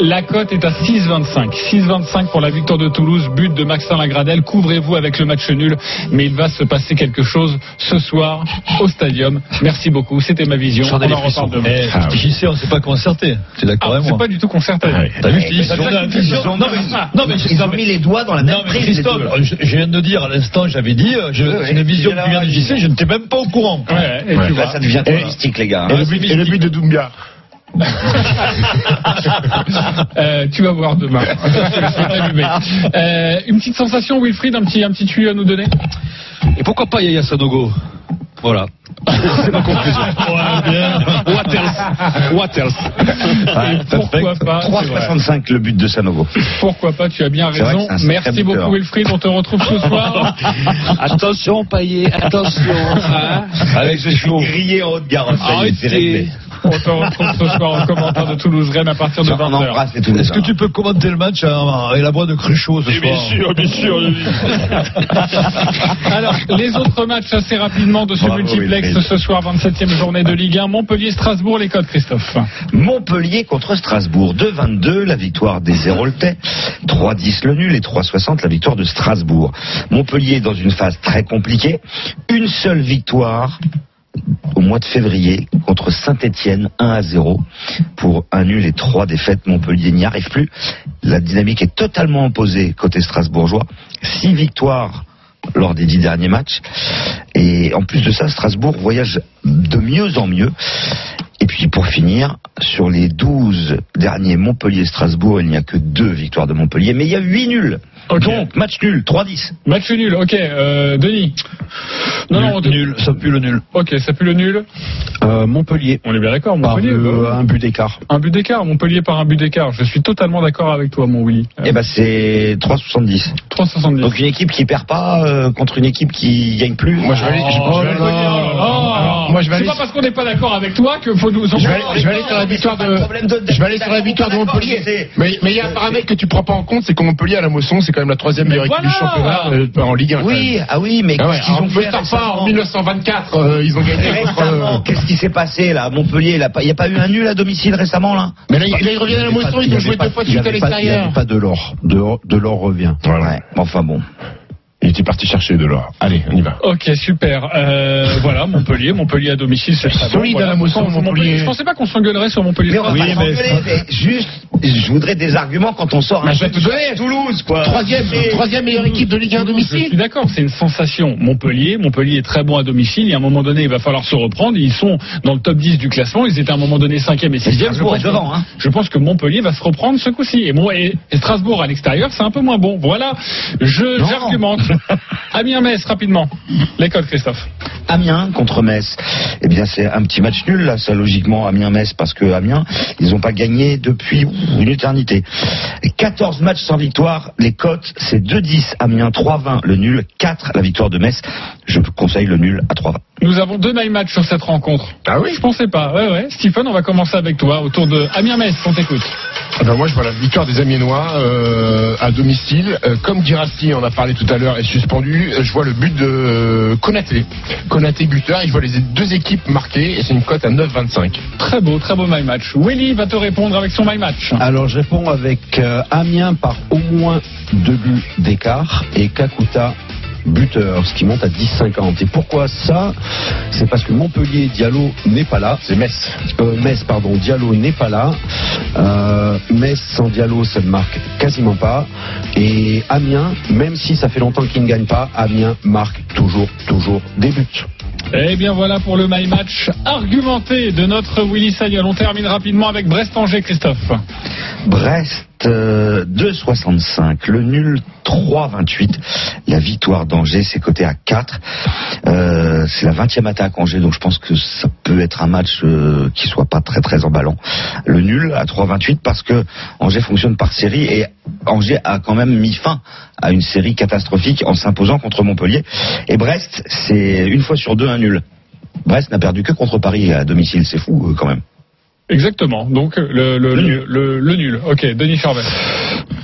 [SPEAKER 2] La cote est à 6,25. 6,25 pour la victoire de Toulouse, but de Maxence Lagradel. Couvrez-vous avec le match nul, mais il va se passer quelque chose ce soir au stadium. Merci beaucoup, c'était ma vision.
[SPEAKER 3] J'en ai
[SPEAKER 2] On
[SPEAKER 3] les
[SPEAKER 2] en reparle
[SPEAKER 3] frissons.
[SPEAKER 2] demain.
[SPEAKER 3] Eh, JC, on s'est pas concerté. T'es d'accord
[SPEAKER 2] Ah,
[SPEAKER 3] avec
[SPEAKER 2] c'est
[SPEAKER 3] moi
[SPEAKER 2] pas du tout concerté.
[SPEAKER 3] T'as vu, je te dis,
[SPEAKER 2] Eh,
[SPEAKER 3] ça
[SPEAKER 2] ils ont-
[SPEAKER 3] donne la vision.
[SPEAKER 2] ils ont-
[SPEAKER 3] Non, mais- non, mais
[SPEAKER 2] ils ont mis les doigts dans la même
[SPEAKER 3] Non, mais
[SPEAKER 2] prise, les
[SPEAKER 3] Christophe,
[SPEAKER 2] deux, là.
[SPEAKER 3] je, je viens de dire à l'instant, j'avais dit, euh, je-
[SPEAKER 2] Ouais,
[SPEAKER 3] c'est une
[SPEAKER 2] ouais.
[SPEAKER 3] vision
[SPEAKER 2] Il y a
[SPEAKER 3] qui vient de JC, je n'étais même pas au courant.
[SPEAKER 2] Ouais, ouais, et tu vois. Là, ça devient trop mystique, les gars, hein.
[SPEAKER 4] Et le but- et le but de Doumbia.
[SPEAKER 2] Euh, tu vas voir demain. Euh, une petite sensation, Wilfried, un petit, un petit tuyau à nous donner
[SPEAKER 19] Et pourquoi pas Yaya Sanogo Voilà. C'est ma conclusion. What else What else
[SPEAKER 2] Et Pourquoi pas c'est vrai.
[SPEAKER 5] 3,65 le but de Sanogo.
[SPEAKER 2] Pourquoi pas, tu as bien
[SPEAKER 5] C'est vrai
[SPEAKER 2] raison.
[SPEAKER 5] que c'est un sacré
[SPEAKER 2] Merci
[SPEAKER 5] buteur.
[SPEAKER 2] beaucoup Wilfried, on te retrouve ce soir.
[SPEAKER 19] attention, Payet, attention.
[SPEAKER 5] Avec ce chou hein. Ah grillé en haute garonne
[SPEAKER 19] Arrêtez.
[SPEAKER 2] On te retrouve ce soir en commentaire de Toulouse-Rennes à partir de 20h.
[SPEAKER 3] Est-ce que tu peux commenter le match hein, avec la voix de Cruchot ce soir
[SPEAKER 2] Alors, les autres matchs assez rapidement de ce
[SPEAKER 5] Bravo,
[SPEAKER 2] multiplex
[SPEAKER 5] Wilfried.
[SPEAKER 2] ce soir, 27e journée de Ligue 1. Montpellier-Strasbourg, les codes, Christophe.
[SPEAKER 5] Montpellier contre Strasbourg. 2-22, la victoire des Héroltais. 3-10 le nul et 3-60 la victoire de Strasbourg. Montpellier est dans une phase très compliquée. Une seule victoire au mois de février contre Saint-Etienne 1 à 0 pour un nul et trois défaites. Montpellier n'y arrive plus. La dynamique est totalement opposée côté strasbourgeois. Six victoires lors des dix derniers matchs. Et en plus de ça, Strasbourg voyage de mieux en mieux. Et puis pour finir, sur les 12 derniers Montpellier-Strasbourg, il n'y a que deux victoires de Montpellier, mais il y a huit nuls. Donc match nul, 3-10.
[SPEAKER 2] Match nul, ok. euh, Denis Non, non, on te-
[SPEAKER 3] Nul, ça pue le nul.
[SPEAKER 2] Ok, ça pue le nul.
[SPEAKER 4] Euh,
[SPEAKER 1] Montpellier.
[SPEAKER 2] On est bien d'accord,
[SPEAKER 1] Par
[SPEAKER 2] Montpellier.
[SPEAKER 1] euh,
[SPEAKER 2] bah.
[SPEAKER 1] un but d'écart.
[SPEAKER 2] Un but d'écart, Montpellier par un but d'écart. Je suis totalement d'accord avec toi, mon Willy.
[SPEAKER 5] Eh ben c'est 3,70.
[SPEAKER 2] 3,70.
[SPEAKER 5] Donc une équipe qui perd pas euh, contre une équipe qui gagne plus. Moi
[SPEAKER 4] je vais aller-
[SPEAKER 2] Oh,
[SPEAKER 4] je- je vais aller-
[SPEAKER 2] Alors,
[SPEAKER 4] Oh, Moi, je vais
[SPEAKER 2] oh. c'est
[SPEAKER 4] aller-
[SPEAKER 2] pas parce qu'on n'est pas d'accord avec toi que faut nous.
[SPEAKER 4] Je vais aller- je vais aller sur la victoire
[SPEAKER 2] de.
[SPEAKER 4] Je vais aller sur la victoire de Montpellier. Mais mais il y a un paramètre que tu prends pas en compte, c'est que Montpellier à la Mosson, c'est quand même la troisième meilleure équipe du championnat euh, en Ligue 1.
[SPEAKER 5] Oui, ah oui, mais qu'est-ce qu'ils
[SPEAKER 4] on
[SPEAKER 5] ont
[SPEAKER 4] peut
[SPEAKER 5] fait
[SPEAKER 4] faire pas
[SPEAKER 5] récemment
[SPEAKER 4] en 1924, euh, ils ont gagné contre. euh,
[SPEAKER 5] Récemment, Qu'est-ce qui s'est passé là à Montpellier Il n'y a, pas- il y a pas eu un nul à domicile récemment là
[SPEAKER 4] Mais là, il- là, ils reviennent à la
[SPEAKER 1] avait
[SPEAKER 4] Mosson,
[SPEAKER 1] pas-
[SPEAKER 4] ils ont
[SPEAKER 1] avait
[SPEAKER 4] joué
[SPEAKER 1] pas-
[SPEAKER 4] deux fois de
[SPEAKER 1] il
[SPEAKER 4] suite à
[SPEAKER 1] avait pas- Il n'y
[SPEAKER 4] l'extérieur.
[SPEAKER 1] avait pas de l'or. De, de l'or revient.
[SPEAKER 5] Ouais, enfin bon.
[SPEAKER 4] Il était parti chercher de l'or. Allez, on y va.
[SPEAKER 2] Ok, super. Euh, voilà, Montpellier, Montpellier à domicile, c'est très
[SPEAKER 4] Solide
[SPEAKER 2] bon, voilà.
[SPEAKER 4] à la Mosson,
[SPEAKER 2] Montpellier.
[SPEAKER 4] Montpellier.
[SPEAKER 2] Je pensais pas qu'on s'engueulerait sur Montpellier.
[SPEAKER 5] Mais on va
[SPEAKER 2] Oui,
[SPEAKER 5] pas
[SPEAKER 2] mais-
[SPEAKER 5] s'engueuler, mais juste, je voudrais des arguments quand on sort un
[SPEAKER 4] Mais je vais
[SPEAKER 5] match
[SPEAKER 4] te donner.
[SPEAKER 5] à Toulouse quoi.
[SPEAKER 4] Troisième, troisième meilleure équipe de Ligue 1 à
[SPEAKER 2] Je suis
[SPEAKER 4] domicile.
[SPEAKER 2] d'accord, c'est une sensation. Montpellier, Montpellier est très bon à domicile. Et à un moment donné, il va falloir se reprendre. Ils sont dans le top 10 du classement. Ils étaient à un moment donné 5e et 6e. Je
[SPEAKER 5] Strasbourg
[SPEAKER 2] pense,
[SPEAKER 5] est devant, hein.
[SPEAKER 2] je pense que Montpellier va se reprendre ce coup-ci. Et, moi, et et Strasbourg à l'extérieur, c'est un peu moins bon. Voilà, je j'argumente. Amiens Metz, rapidement. L'école, Christophe.
[SPEAKER 5] Amiens contre Metz. Eh bien, c'est un petit match nul, là, ça, logiquement, Amiens-Metz, parce que Amiens, ils n'ont pas gagné depuis ouf, une éternité. 14 matchs sans victoire, les cotes, c'est 2-10, Amiens 3-20, le nul, 4, la victoire de Metz. Je conseille le nul à 3-20.
[SPEAKER 2] Nous avons deux my match sur cette rencontre.
[SPEAKER 4] Ah oui
[SPEAKER 2] Je pensais pas. Ouais, ouais. Stephen, on va commencer avec toi autour de Amiens Metz, on t'écoute.
[SPEAKER 4] Ah ben moi, je vois la victoire des Amiénois euh, à domicile. Euh, comme Girassi, on a parlé tout à l'heure, est suspendu. Euh, Je vois le but de euh, Konaté. Konaté buteur. Et je vois les deux équipes marquées. Et c'est une cote à 9,25.
[SPEAKER 2] Très beau, très beau my match. Willy va te répondre avec son my match.
[SPEAKER 1] Alors je réponds avec euh, Amiens par au moins deux buts d'écart et Kakuta buteur, ce qui monte à 10,50. Et pourquoi ça C'est parce que Montpellier Diallo n'est pas là. C'est Metz. Metz, pardon, Diallo n'est pas là. Euh, Metz sans Diallo, ça ne marque quasiment pas. Et Amiens, même si ça fait longtemps qu'il ne gagne pas, Amiens marque toujours, toujours des buts.
[SPEAKER 2] Eh bien voilà pour le my match argumenté de notre Willy Sagnol. On termine rapidement avec Brest-Angers, Christophe.
[SPEAKER 5] Brest, euh, 2,65. Le nul, 3,28. La victoire d'Angers, c'est coté à 4. Euh, c'est la 20e attaque Angers, donc je pense que ça peut être un match euh, qui soit pas très très emballant. Le nul à 3,28 parce que Angers fonctionne par série et Angers a quand même mis fin à une série catastrophique en s'imposant contre Montpellier. Et Brest, c'est une fois sur deux un nul. Brest n'a perdu que contre Paris à domicile, c'est fou euh, quand même.
[SPEAKER 2] Exactement. Donc le, le, le,
[SPEAKER 5] Le nul.
[SPEAKER 2] le- le nul. Ok, Denis Charvet.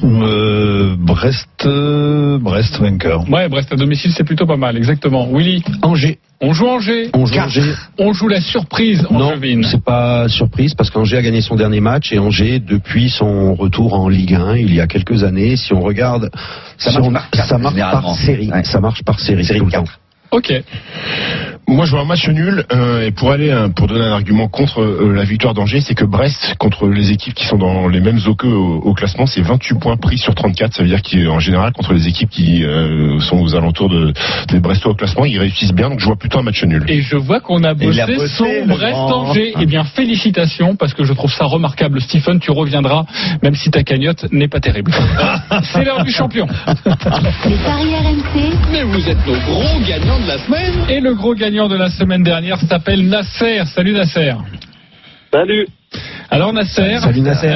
[SPEAKER 3] Euh, Brest, euh, Brest vainqueur.
[SPEAKER 2] Ouais, Brest à domicile, c'est plutôt pas mal, exactement. Willy
[SPEAKER 1] Angers.
[SPEAKER 2] On joue Angers.
[SPEAKER 1] On joue Angers.
[SPEAKER 2] On joue la surprise
[SPEAKER 1] Non,
[SPEAKER 2] Angevine.
[SPEAKER 1] c'est pas surprise parce qu'Angers a gagné son dernier match et Angers, depuis son retour en Ligue 1 il y a quelques années, si on regarde,
[SPEAKER 5] Ça
[SPEAKER 1] si
[SPEAKER 5] marche
[SPEAKER 1] on-
[SPEAKER 5] par quatre,
[SPEAKER 1] ça marche
[SPEAKER 5] généralement.
[SPEAKER 1] par série. Ça marche par série, tout le temps.
[SPEAKER 2] Ok.
[SPEAKER 4] Moi, je vois un match nul. euh, et pour aller, euh, pour donner un argument contre euh, la victoire d'Angers, c'est que Brest, contre les équipes qui sont dans les mêmes eaux qu'eux au, au classement, c'est 28 points pris sur 34. Ça veut dire qu'en général, contre les équipes qui euh, sont aux alentours de, des Brestois au classement, ils réussissent bien. Donc, je vois plutôt un match nul.
[SPEAKER 2] Et je vois qu'on a
[SPEAKER 4] Et il
[SPEAKER 2] bossé,
[SPEAKER 4] a bossé,
[SPEAKER 2] son
[SPEAKER 4] le grand.
[SPEAKER 2] Brest-Angers. Eh bien, félicitations, parce que je trouve ça remarquable. Stephen, tu reviendras, même si ta cagnotte n'est pas terrible. c'est l'heure du champion.
[SPEAKER 6] Les paris RMC.
[SPEAKER 2] Mais vous êtes nos gros gagnants de la semaine. Et le gros gagnant de la semaine dernière s'appelle Nasser. Salut Nasser.
[SPEAKER 9] Salut.
[SPEAKER 2] Alors Nasser,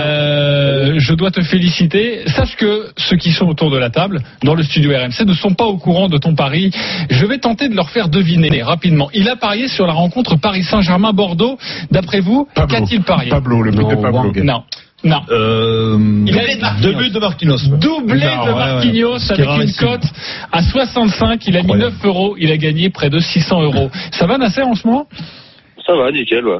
[SPEAKER 2] euh, je dois te féliciter. Sache que ceux qui sont autour de la table, dans le studio RMC, ne sont pas au courant de ton pari. Je vais tenter de leur faire deviner rapidement. Il a parié sur la rencontre Paris Saint-Germain-Bordeaux. D'après vous, qu'a-t-il parié
[SPEAKER 4] Pablo, le but de Pablo.
[SPEAKER 2] Non. Non. Il a
[SPEAKER 3] Euh, Deux buts de Marquinhos.
[SPEAKER 2] doublé
[SPEAKER 3] Non, ouais,
[SPEAKER 2] de
[SPEAKER 3] ouais.
[SPEAKER 2] Marquinhos
[SPEAKER 3] Ce qui est
[SPEAKER 2] avec une
[SPEAKER 3] rarissime.
[SPEAKER 2] cote à 65. Il a mis 9 euros. Il a gagné près de 600 euros. Ça va Nasser en ce moment
[SPEAKER 9] Ça va, nickel, ouais.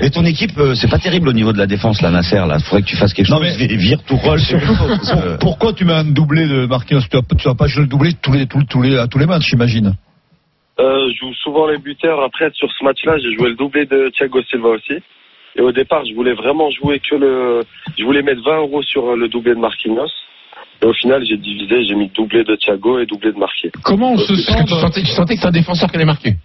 [SPEAKER 5] Et ton équipe, euh, c'est pas terrible au niveau de la défense, là, Nasser. Là, faudrait que tu fasses quelque
[SPEAKER 3] Non,
[SPEAKER 5] chose.
[SPEAKER 3] mais-
[SPEAKER 5] vi- Vire tout rôle.
[SPEAKER 3] Pourquoi tu mets un doublé de Marquinhos Tu vas- tu vas pas jouer le doublé tous les, tous, les- tous les, à tous les matchs, j'imagine.
[SPEAKER 9] Euh, je joue souvent les buteurs. Après, sur ce match-là, j'ai joué le doublé de Thiago Silva aussi. Et au départ, je voulais vraiment jouer que le. Je voulais mettre 20 euros sur euh, le doublé de Marquinhos. Et au final, j'ai divisé, j'ai mis doublé de Thiago et doublé de Marquinhos.
[SPEAKER 2] Comment on se
[SPEAKER 9] Parce
[SPEAKER 2] sent
[SPEAKER 9] que tu
[SPEAKER 2] dans-
[SPEAKER 9] sentais- tu sentais
[SPEAKER 4] que c'est un défenseur qui allait marquer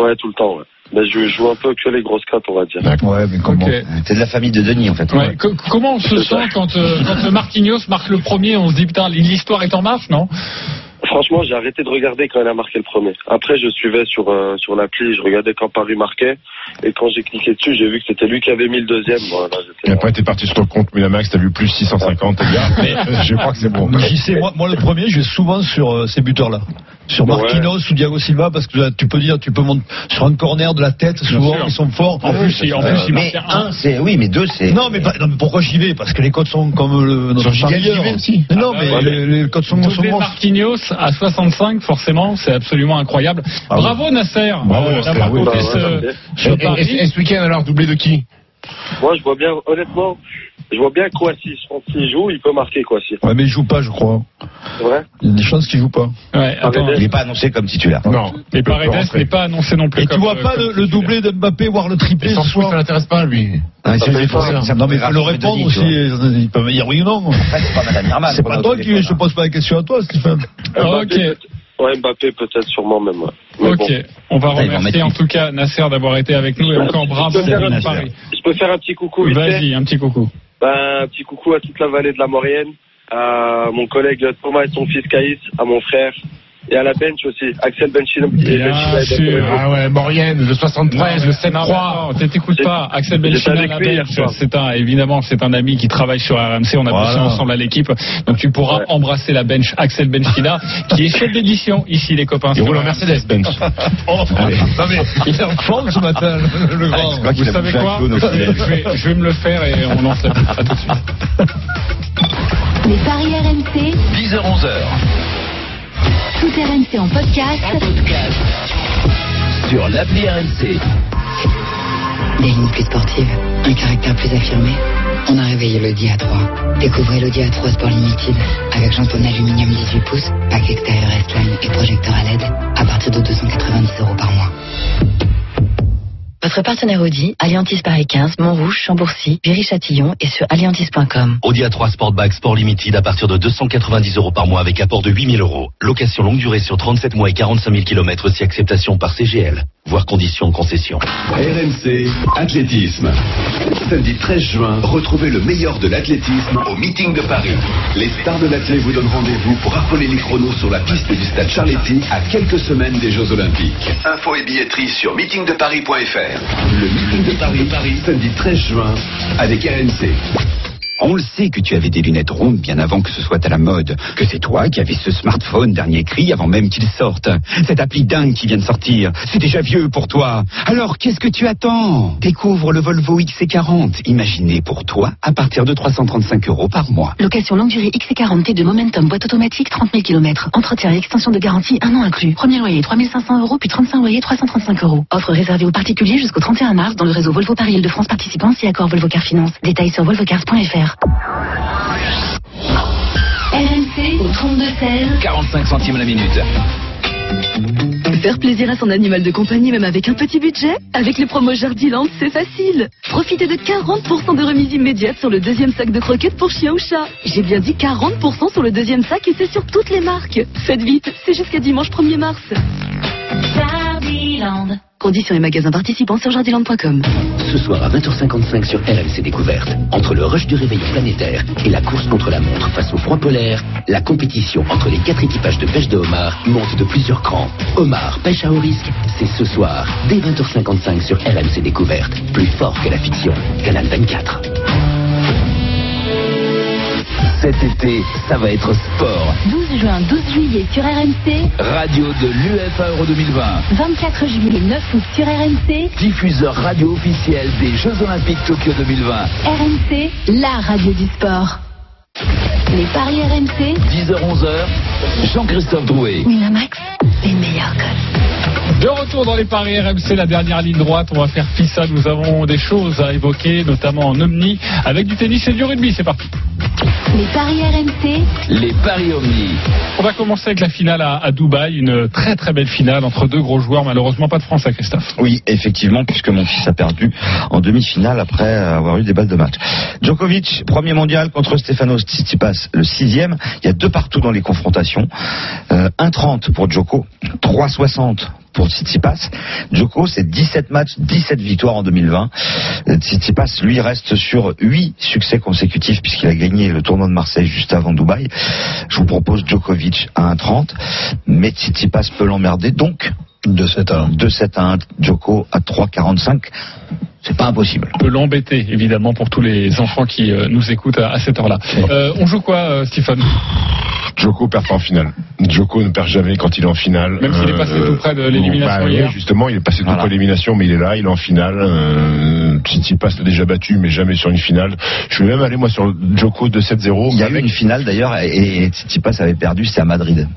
[SPEAKER 9] Ouais, tout le temps, ouais. Mais je joue un peu que les grosses cotes, on va dire.
[SPEAKER 3] Ouais, mais comment
[SPEAKER 2] Ok.
[SPEAKER 5] T'es de la famille de Denis, en fait.
[SPEAKER 2] Ouais, co- Comment on se sent quand, euh, quand Marquinhos marque le premier On se dit putain, l'histoire est en marche, non
[SPEAKER 9] Franchement, j'ai arrêté de regarder quand elle a marqué le premier. Après, je suivais sur, euh, sur l'appli, je regardais quand Paris marquait. Et quand j'ai cliqué dessus, j'ai vu que c'était lui qui avait mis le deuxième. Voilà, j'étais-
[SPEAKER 4] Et après, t'es parti sur ton compte Mulamax, t'as vu plus 650. t'as dit, ah, mais je crois que c'est bon.
[SPEAKER 3] J'y sais, moi, moi, le premier, je vais souvent sur euh, ces buteurs-là. Sur
[SPEAKER 9] Ouais.
[SPEAKER 3] Marquinhos ou Diago Silva, parce que là, tu peux dire, tu peux monter sur un corner de la tête, souvent,
[SPEAKER 2] sûr.
[SPEAKER 3] ils sont forts. Euh,
[SPEAKER 2] En plus, il- en plus, il marque un.
[SPEAKER 5] c'est, oui, mais deux, c'est.
[SPEAKER 3] Non mais, pas- non, mais pourquoi j'y vais Parce que les codes sont comme le, Euh, notre hein.
[SPEAKER 4] Sur Giga,
[SPEAKER 3] parieur.
[SPEAKER 4] j'y vais aussi.
[SPEAKER 3] Mais Non
[SPEAKER 2] Ah bah
[SPEAKER 3] mais
[SPEAKER 2] ouais.
[SPEAKER 3] les, les codes sont, sont
[SPEAKER 2] Doublé
[SPEAKER 3] bons.
[SPEAKER 2] Marquinhos à 65, forcément, c'est absolument incroyable. Bravo Nasser
[SPEAKER 4] Bravo,
[SPEAKER 2] euh,
[SPEAKER 4] Nasser,
[SPEAKER 2] d'avoir
[SPEAKER 4] oui,
[SPEAKER 2] compté
[SPEAKER 9] bah,
[SPEAKER 2] ce,
[SPEAKER 9] ouais,
[SPEAKER 2] ce
[SPEAKER 4] Et- et-
[SPEAKER 2] pari.
[SPEAKER 4] et ce week-end, alors, doublé de qui
[SPEAKER 9] Moi, je vois bien, honnêtement, je vois bien Kouassi. Je pense qu'il joue, il peut marquer Kouassi.
[SPEAKER 3] Ouais mais il joue pas je crois.
[SPEAKER 9] C'est vrai
[SPEAKER 3] Il y a des chances qu'il joue pas.
[SPEAKER 2] Ouais, attends,
[SPEAKER 5] Il n'est pas annoncé comme titulaire.
[SPEAKER 4] Non.
[SPEAKER 2] et
[SPEAKER 4] Il peut pas
[SPEAKER 2] Paredes
[SPEAKER 4] rentrer.
[SPEAKER 2] n'est pas annoncé non plus.
[SPEAKER 3] Et tu
[SPEAKER 2] comme,
[SPEAKER 3] vois
[SPEAKER 2] euh,
[SPEAKER 3] pas
[SPEAKER 2] comme
[SPEAKER 3] le, le doublé de Mbappé voire le triplé ce
[SPEAKER 4] Il s'en fout, ça
[SPEAKER 3] soir Ah,
[SPEAKER 4] l'intéresse pas, lui.
[SPEAKER 5] Non, mais c'est
[SPEAKER 9] Ça fait
[SPEAKER 5] juste pour
[SPEAKER 9] pas-
[SPEAKER 5] ça.
[SPEAKER 3] Non mais il faut
[SPEAKER 5] Rafa
[SPEAKER 3] le
[SPEAKER 5] de
[SPEAKER 3] répondre
[SPEAKER 5] Denis, tu
[SPEAKER 3] aussi.
[SPEAKER 5] vois.
[SPEAKER 3] euh, Ils peuvent dire oui ou non.
[SPEAKER 5] Après, c'est pas Madame Irma.
[SPEAKER 3] C'est pas toi qui je te
[SPEAKER 5] je
[SPEAKER 3] pose pas la question à toi Stéphane.
[SPEAKER 2] Ah, Ok.
[SPEAKER 9] Mbappé, peut- ouais, Mbappé peut-être sûrement même. ouais. Mais
[SPEAKER 2] Ok,
[SPEAKER 9] bon.
[SPEAKER 5] Putain,
[SPEAKER 2] on va
[SPEAKER 5] ils vont
[SPEAKER 2] remercier
[SPEAKER 5] mettre
[SPEAKER 2] en tout cas Nasser d'avoir été avec nous et encore bravo
[SPEAKER 9] Je peux faire un
[SPEAKER 2] pour
[SPEAKER 9] petit-
[SPEAKER 2] Paris.
[SPEAKER 9] Je peux faire un petit coucou vite fait
[SPEAKER 2] Vas-y, un petit coucou.
[SPEAKER 9] Ben, un petit coucou à toute la vallée de la Maurienne, à mon collègue Thomas et son fils Caïs, à mon frère et à la bench aussi, Axel Benchina. et
[SPEAKER 2] Bien
[SPEAKER 9] Benchina et
[SPEAKER 2] sûr.
[SPEAKER 9] Benchina.
[SPEAKER 4] Ah ouais, Maurienne, le 73, le 7
[SPEAKER 2] croire, on t'écoute
[SPEAKER 9] J'ai-
[SPEAKER 2] pas. Axel
[SPEAKER 9] j'étais
[SPEAKER 2] Benchina,
[SPEAKER 9] avec
[SPEAKER 2] la
[SPEAKER 9] lui hier
[SPEAKER 2] Belge,
[SPEAKER 9] soir.
[SPEAKER 2] c'est un, évidemment, c'est un ami qui travaille sur RMC. On a
[SPEAKER 3] Voilà.
[SPEAKER 2] bossé ensemble à l'équipe. Donc tu pourras
[SPEAKER 9] Ouais.
[SPEAKER 2] embrasser la bench Axel Benchina, qui est chef d'édition ici, les copains. Oh.
[SPEAKER 4] Il
[SPEAKER 2] sur
[SPEAKER 4] roule en
[SPEAKER 2] RMC.
[SPEAKER 4] Mercedes, Bench.
[SPEAKER 3] Non mais il est en forme ce matin le
[SPEAKER 9] Ah,
[SPEAKER 3] le grand.
[SPEAKER 2] Vous savez quoi je vais, je vais me le faire et on lance la pub. À tout de suite.
[SPEAKER 6] Les paris RMC.
[SPEAKER 10] 10h-11h
[SPEAKER 6] Tout RMC en podcast.
[SPEAKER 10] sur l'appli RMC.
[SPEAKER 16] Des lignes plus sportives, un caractère plus affirmé. On a réveillé l'Audi A3. Découvrez l'Audi A3 Sport Limited avec jambon aluminium 18 pouces, pack extérieur S-Line et projecteur à LED à partir de 290 euros par mois. Votre partenaire Audi, Alliantis Paris 15, Montrouge, Chambourcy, Viry-Châtillon et sur alliantis.com.
[SPEAKER 10] Audi A3 Sportback Sport Limited à partir de 290 euros par mois avec apport de 8000 euros. Location longue durée sur 37 mois et 45 000 km si acceptation par CGL. Voir conditions en concession.
[SPEAKER 15] RMC Athlétisme. Samedi 13 juin, retrouvez le meilleur de l'athlétisme au meeting de Paris. Les stars de l'athlé vous donnent rendez-vous pour rappeler les chronos sur la piste du stade Charletti à quelques semaines des Jeux Olympiques. Info et billetterie sur meetingdeparis.fr. Le meeting de Paris, Paris, samedi 13 juin, avec RMC.
[SPEAKER 5] On le sait que tu avais des lunettes rondes bien avant que ce soit à la mode, que c'est toi qui avais ce smartphone dernier cri avant même qu'il sorte. Cette appli dingue qui vient de sortir, c'est déjà vieux pour toi. Alors qu'est-ce que tu attends Découvre le Volvo XC40, imaginé pour toi à partir de 335 euros par mois.
[SPEAKER 12] Location longue durée XC40 T2 Momentum, boîte automatique 30 000 km. Entretien et extension de garantie un an inclus. Premier loyer 3500 euros, puis 35 loyers 335 euros. Offre réservée aux particuliers jusqu'au 31 mars dans le réseau Volvo Paris de France participants si accord Volvo Car Finance. Détails sur volvocars.fr.
[SPEAKER 6] RMC au 32-16.
[SPEAKER 20] 45 centimes la minute.
[SPEAKER 6] Faire plaisir à son animal de compagnie même avec un petit budget Avec les promos Jardiland, c'est facile. Profitez de 40% de remise immédiate sur le deuxième sac de croquettes pour chien ou chat. J'ai bien dit 40% sur le deuxième sac et c'est sur toutes les marques. Faites vite, c'est jusqu'à dimanche 1er mars. Jardiland. Conditions et magasins participants sur jardiland.com.
[SPEAKER 20] Ce soir à 20h55 sur RMC Découverte, entre le rush du réveil planétaire et la course contre la montre face au froid polaire, la compétition entre les quatre équipages de pêche de homard monte de plusieurs crans. Homard, pêche à haut risque, c'est ce soir, dès 20h55 sur RMC Découverte, plus fort que la fiction, Canal 24. Cet été, ça va être sport.
[SPEAKER 6] 12 juin, 12 juillet sur RMC.
[SPEAKER 20] Radio de l'UFA Euro 2020.
[SPEAKER 6] 24 juillet, 9 août sur RMC.
[SPEAKER 20] Diffuseur radio officiel des Jeux Olympiques Tokyo 2020.
[SPEAKER 6] RMC, la radio du sport. Les paris RMC.
[SPEAKER 20] 10h-11h, Jean-Christophe Drouet.
[SPEAKER 6] Winamax, les meilleurs codes.
[SPEAKER 2] De retour dans les paris RMC, la dernière ligne droite, on va faire FISA, nous avons des choses à évoquer, notamment en Omni, avec du tennis et du rugby, c'est parti.
[SPEAKER 6] Les paris RMC.
[SPEAKER 20] Les Paris Omni.
[SPEAKER 2] On va commencer avec la finale à, à Dubaï, une très très belle finale entre deux gros joueurs, malheureusement pas de France à Christophe.
[SPEAKER 5] Oui, effectivement, puisque mon fils a perdu en demi-finale après avoir eu des balles de match. Djokovic, premier mondial contre Stefanos Tsitsipas, le sixième. Il y a deux partout dans les confrontations. Euh, 1,30 pour Djoko, 3,60 pour Tsitsipas. Djoko, c'est 17 matchs, 17 victoires en 2020. Euh, Tsitsipas, lui, reste sur 8 succès consécutifs puisqu'il a gagné le tournoi de Marseille juste avant Dubaï. Je vous propose Djokovic à 1,30, mais Tsitsipas peut l'emmerder donc. 2-7 à 1. 2-7 à 1, Djoko à 3,45. C'est pas impossible.
[SPEAKER 2] Peut l'embêter, évidemment, pour tous les enfants qui euh, nous écoutent à, à cette heure-là. Euh, on joue quoi, euh, Stéphane
[SPEAKER 4] Joko perd pas en finale. Joko ne perd jamais quand il est en finale. Euh,
[SPEAKER 2] Même s'il est passé tout près de l'élimination
[SPEAKER 4] bah, oui,
[SPEAKER 2] hier.
[SPEAKER 4] Justement, il est passé tout près de l'élimination, mais il est là, il est en finale. Euh, City passe l'a déjà battu, mais jamais sur une finale. Je suis même allé moi sur Joko 2-7-0.
[SPEAKER 5] Il y a eu une finale d'ailleurs, et, et Tsitsipas avait perdu, c'est à Madrid.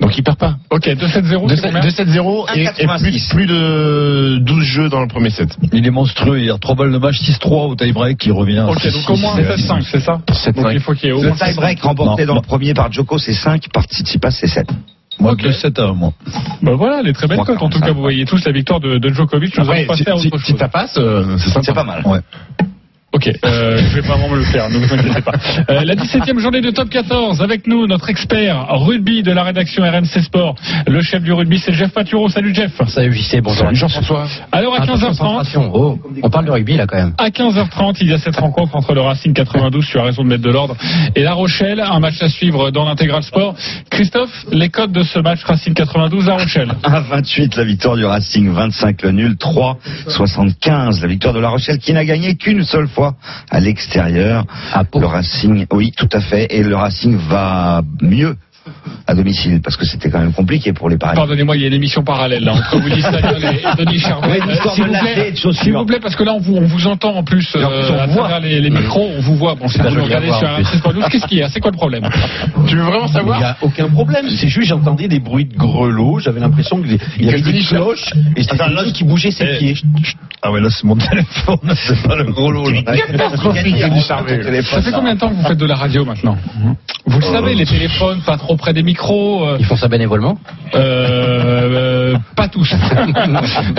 [SPEAKER 4] Donc il perd pas.
[SPEAKER 2] Ok, 2-7-0.
[SPEAKER 4] 2-7-0 et, et plus, plus de 12 jeux dans le premier set.
[SPEAKER 3] Il est monstrueux. Il y a 3 balles de match, 6-3 au tie-break, il revient.
[SPEAKER 2] Ok, donc au moins 7-5, c'est ça Donc il faut qu'il y ait au
[SPEAKER 5] Le
[SPEAKER 2] moins
[SPEAKER 5] tie-break remporté
[SPEAKER 2] Non,
[SPEAKER 5] dans
[SPEAKER 2] non.
[SPEAKER 5] le premier par Djoko, c'est 5, par Tsitsipas, c'est 7.
[SPEAKER 3] Moi, que 7 à 1, moi.
[SPEAKER 2] Bah voilà, les très belles cotes. En tout cas, vous voyez tous la victoire de, de Djokovic. Nous
[SPEAKER 4] Après,
[SPEAKER 2] allons passer
[SPEAKER 4] si-
[SPEAKER 2] à
[SPEAKER 4] si-
[SPEAKER 2] autre
[SPEAKER 4] si
[SPEAKER 2] chose.
[SPEAKER 4] ça passe, euh, c'est sympa.
[SPEAKER 5] C'est pas mal.
[SPEAKER 2] Ok, euh, je vais pas vraiment me le faire, ne vous inquiétez pas. Euh, la 17e journée de Top 14, avec nous notre expert rugby de la rédaction RMC Sport. Le chef du rugby, c'est Jeff Paturo. Salut Jeff.
[SPEAKER 13] Salut JC, bonjour.
[SPEAKER 4] Salut Jean-François.
[SPEAKER 2] Alors à
[SPEAKER 13] Attention,
[SPEAKER 2] 15h30,
[SPEAKER 13] concentration. Oh, on parle de rugby là quand même.
[SPEAKER 2] À 15h30, il y a cette rencontre entre le Racing 92, tu as raison de mettre de l'ordre, et La Rochelle, un match à suivre dans l'intégral sport. Christophe, les codes de ce match Racing 92, La Rochelle.
[SPEAKER 5] 1,28 la victoire du Racing, 25 le nul, 3,75 la victoire de La Rochelle qui n'a gagné qu'une seule fois à l'extérieur. Le Racing, oui, tout à fait. Et le Racing va mieux à domicile parce que c'était quand même compliqué pour les Parisiens.
[SPEAKER 2] Pardonnez-moi, il y a une émission parallèle là, entre Willy Stadion et et Denis
[SPEAKER 5] Ouais,
[SPEAKER 2] Charvet. Euh,
[SPEAKER 5] l'histoire
[SPEAKER 2] s'il
[SPEAKER 5] de
[SPEAKER 2] vous
[SPEAKER 5] lacets
[SPEAKER 2] plaît,
[SPEAKER 5] et de chaussures.
[SPEAKER 2] S'il vous plaît, parce que là on vous, on vous entend en plus
[SPEAKER 5] Et en plus, on
[SPEAKER 2] euh, à
[SPEAKER 5] vous voit.
[SPEAKER 2] travers les, les micros, on vous voit. Bon, si
[SPEAKER 5] pas
[SPEAKER 2] vous nous
[SPEAKER 5] joli à
[SPEAKER 2] regardez
[SPEAKER 5] voir,
[SPEAKER 2] sur
[SPEAKER 5] en
[SPEAKER 2] un
[SPEAKER 5] plus.
[SPEAKER 2] 92, qu'est-ce qu'il y a C'est quoi le problème
[SPEAKER 18] Tu veux vraiment savoir
[SPEAKER 21] Il n'y a aucun problème. C'est juste, j'entendais des bruits de grelots. J'avais l'impression qu'il y avait des
[SPEAKER 3] hein.
[SPEAKER 21] cloches et c'était Denis qui bougeait ses pieds.
[SPEAKER 3] Ah ouais, là, c'est mon téléphone, c'est pas le gros
[SPEAKER 18] Oh
[SPEAKER 3] lot.
[SPEAKER 2] Catastrophique, Denis Charvet. Ça fait combien de temps que vous faites de la radio maintenant Vous le savez, les téléphones pas trop près des micros. Ils
[SPEAKER 13] font ça bénévolement
[SPEAKER 2] Pas tous.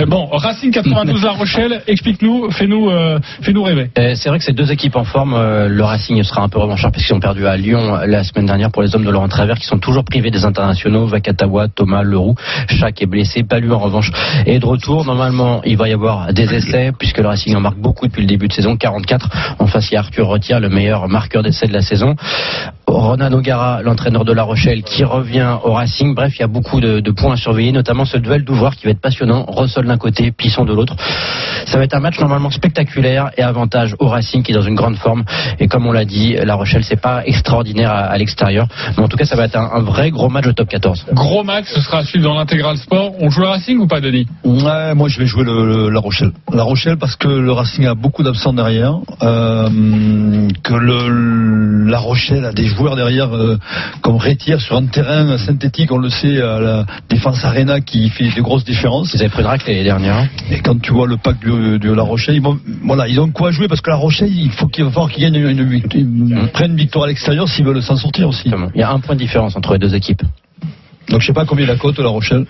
[SPEAKER 2] bon, Racing 92 La Rochelle, explique-nous, fais-nous euh, fais-nous rêver.
[SPEAKER 13] Euh, c'est vrai que ces deux équipes en forme, euh, le Racing sera un peu revanchard parce qu'ils ont perdu à Lyon euh, la semaine dernière pour les hommes de Laurent Travers qui sont toujours privés des internationaux, Vakatawa, Thomas, Leroux, Chac est blessé, pas lui en revanche. Et de retour, normalement, il va y avoir des essais puisque le Racing en marque beaucoup depuis le début de saison, 44. En face, il y a Arthur Retire, le meilleur marqueur d'essais de la saison. Ronan O'Gara, l'entraîneur de La Rochelle, qui revient au Racing. Bref, il y a beaucoup de, de points à surveiller, notamment ce duel d'ouvroirs qui va être passionnant. Russell d'un côté, Plisson de l'autre. Ça va être un match normalement spectaculaire et avantage au Racing qui est dans une grande forme. Et comme on l'a dit, La Rochelle, c'est pas extraordinaire à, à l'extérieur. Mais en tout cas, ça va être un, un vrai gros match au top 14.
[SPEAKER 2] Gros max, ce sera à suivre dans l'intégral sport. On joue le Racing ou pas, Denis
[SPEAKER 3] Ouais, moi je vais jouer le, le- La Rochelle. La Rochelle parce que le Racing a beaucoup d'absents derrière, euh, que le, La Rochelle a des joueurs derrière euh, comme Rétière sur un terrain synthétique, on le sait, à la défense arena qui fait des grosses différences.
[SPEAKER 13] Ils avaient pris Drac l'année dernière. hein
[SPEAKER 3] Et quand tu vois le pack du- de La Rochelle, ils, vont- voilà, ils ont quoi jouer parce que La Rochelle, il faut qu'il va falloir qu'ils gagnent une, une-
[SPEAKER 13] Mmh.
[SPEAKER 3] une- prennent une victoire à l'extérieur s'ils veulent s'en sortir aussi.
[SPEAKER 13] Il y a un point de différence entre les deux équipes.
[SPEAKER 3] Donc je sais pas combien la cote La Rochelle.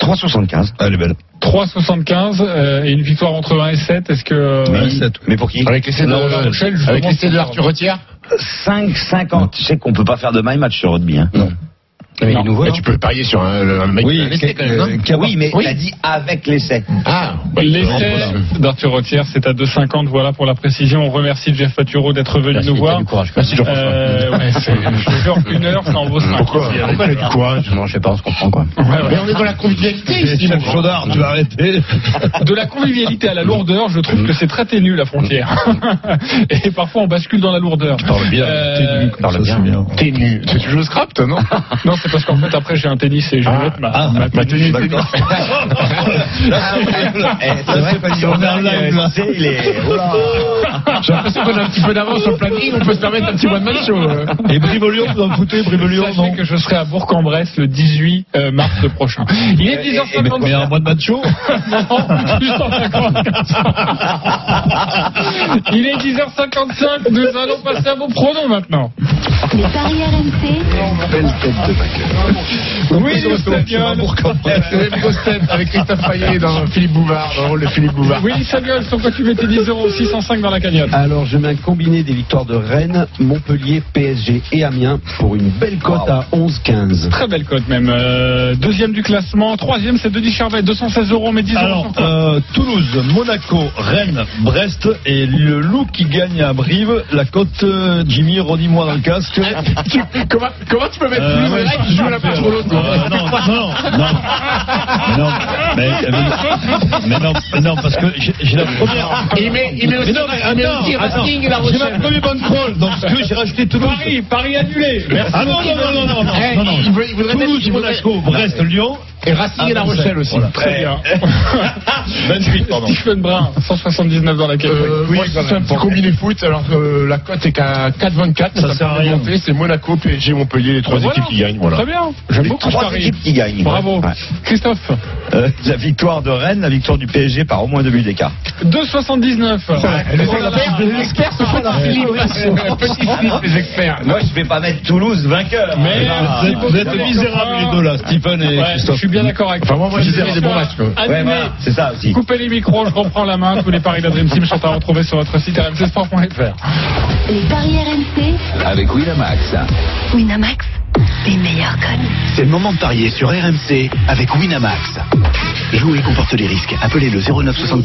[SPEAKER 5] 3,75.
[SPEAKER 3] Elle est belle.
[SPEAKER 2] 3,75 euh, et une victoire entre 1 et 7. Est-ce que. euh,
[SPEAKER 5] Mais pour qui
[SPEAKER 2] Avec l'essai de- La Rochelle, justement, avec l'essai de Arthur
[SPEAKER 5] Retière 5,50. Tu sais qu'on peut pas faire de my match sur rugby. Hein. Non.
[SPEAKER 13] Mais
[SPEAKER 5] tu peux parier sur un, mec
[SPEAKER 4] Oui, avec l'essai, quand même, non
[SPEAKER 5] oui, mais
[SPEAKER 4] Oui.
[SPEAKER 5] il a dit avec l'essai.
[SPEAKER 4] Ah,
[SPEAKER 2] bah, L'essai d'Arthur Rotière, c'est à 2,50. Voilà pour la précision. On remercie Jeff Faturo d'être venu nous voir.
[SPEAKER 13] Merci,
[SPEAKER 2] Jean-François. je vous jure qu'une heure, ça en vaut 5.
[SPEAKER 13] Pourquoi il a du courage Non, je sais pas, on se comprend quoi.
[SPEAKER 2] Mais on est dans la convivialité ici, mon Chaudard, tu vas arrêter. De la convivialité à la lourdeur, je trouve que c'est très ténu la frontière. Et parfois on bascule dans la lourdeur. Euh, Tu parles bien,
[SPEAKER 4] Ténu. Tu joues au scrap, toi, non
[SPEAKER 2] Non, c'est parce qu'en fait après j'ai un tennis et je note ma, Ah, ma tenue.
[SPEAKER 5] Ah Eh, c'est vrai que si on est en live, là, il est.
[SPEAKER 2] J'ai l'impression qu'on a un petit peu d'avance sur le planning, on peut se permettre un petit mois de match.
[SPEAKER 3] Et Brivelion, vous en foutez, Brivelion,
[SPEAKER 2] Sachez que je serai à Bourg-en-Bresse le 18 euh, mars le prochain. Il est 10h50. Mais un mois de match Non, juste en 50. Il est 10h55, nous allons passer à vos pronoms maintenant.
[SPEAKER 12] Les paris RMC.
[SPEAKER 22] Belle tête de vainqueur.
[SPEAKER 2] Oui, le Samuel.
[SPEAKER 4] C'est une grosse tête avec Christophe Payet dans Philippe Bouvard, dans Oh, le rôle de Philippe Bouvard.
[SPEAKER 2] Oui, Samuel, sur quoi tu mettais 10 euros 605 dans la cagnotte
[SPEAKER 1] Alors, je mets un combiné des victoires de Rennes, Montpellier, PSG et Amiens pour une belle cote à 11-15.
[SPEAKER 2] Très belle cote même. Euh, deuxième du classement, troisième c'est Denis Charvet, 216 euros mais 10 euros.
[SPEAKER 3] Alors,
[SPEAKER 2] sur toi.
[SPEAKER 3] euh, Toulouse, Monaco, Rennes, Brest et le loup qui gagne à Brive, la côte euh, Jimmy, redis-moi dans le casque. Euh,
[SPEAKER 4] comment, tu peux
[SPEAKER 3] mettre plus de mecs qui jouent à la place pour l'autre Non, non, Euh, non. Mais non, mais, euh, mais- mais non, mais non, parce que j'ai j'ai la première.
[SPEAKER 4] Ah, Il met- il met aussi-
[SPEAKER 3] Mais non, mais
[SPEAKER 4] il met
[SPEAKER 3] attends,
[SPEAKER 4] aussi
[SPEAKER 3] attends,
[SPEAKER 4] Racing et
[SPEAKER 3] J'ai
[SPEAKER 4] La Rochelle.
[SPEAKER 3] ma première bonne crawl, donc si tu veux, j'ai rajouté Toulouse.
[SPEAKER 2] Paris, Paris annulé. Merci
[SPEAKER 3] Ah non,
[SPEAKER 2] beaucoup.
[SPEAKER 3] non, non, non, non, non,
[SPEAKER 2] Eh,
[SPEAKER 3] non, non.
[SPEAKER 2] il veut- il voudrait mettre-
[SPEAKER 3] Toulouse,
[SPEAKER 2] il voudrait-
[SPEAKER 3] Monaco, Brest, Lyon.
[SPEAKER 4] Et
[SPEAKER 3] Ah,
[SPEAKER 4] Racing et La Rochelle aussi.
[SPEAKER 2] Très bien.
[SPEAKER 3] 28,
[SPEAKER 2] pardon. Stephen Brun, 179 dans la cagnotte.
[SPEAKER 4] Euh, oui, c'est un petit combiné foot. Alors euh, la cote est qu'à 4,24.
[SPEAKER 2] Ça sert à rien.
[SPEAKER 4] monter. C'est Monaco, PSG, Montpellier, les trois
[SPEAKER 2] Voilà.
[SPEAKER 4] équipes qui gagnent. Voilà.
[SPEAKER 2] Très bien. J'aime
[SPEAKER 4] Les
[SPEAKER 2] beaucoup
[SPEAKER 4] trois
[SPEAKER 2] ce pari.
[SPEAKER 4] équipes qui gagnent.
[SPEAKER 2] Bravo.
[SPEAKER 4] Ouais.
[SPEAKER 2] Christophe.
[SPEAKER 5] Euh, la victoire de Rennes, la victoire du PSG par au moins deux buts d'écart.
[SPEAKER 2] 2,79.
[SPEAKER 4] L'expert se fait
[SPEAKER 2] Petit slip, les experts.
[SPEAKER 5] Moi, je vais pas mettre Toulouse vainqueur.
[SPEAKER 2] Mais
[SPEAKER 3] euh,
[SPEAKER 5] Ah,
[SPEAKER 2] c'est-
[SPEAKER 5] vous êtes
[SPEAKER 2] misérables,
[SPEAKER 3] les deux, là, Stephen et Christophe.
[SPEAKER 2] Je suis bien d'accord avec
[SPEAKER 3] Enfin, moi, moi, j'ai
[SPEAKER 2] Misérables.
[SPEAKER 3] des bons matchs, quoi.
[SPEAKER 2] Animé.
[SPEAKER 3] Ouais, voilà,
[SPEAKER 5] c'est ça aussi.
[SPEAKER 2] Coupez les micros, je reprends la main. Tous les paris de la Dream Team sont à retrouver sur votre site rmcsport.fr.
[SPEAKER 12] Les paris RMC.
[SPEAKER 22] Avec Winamax.
[SPEAKER 12] Winamax. Les meilleurs codes.
[SPEAKER 20] C'est le moment de parier sur RMC avec Winamax. Jouer comporte les risques. Appelez le 09 75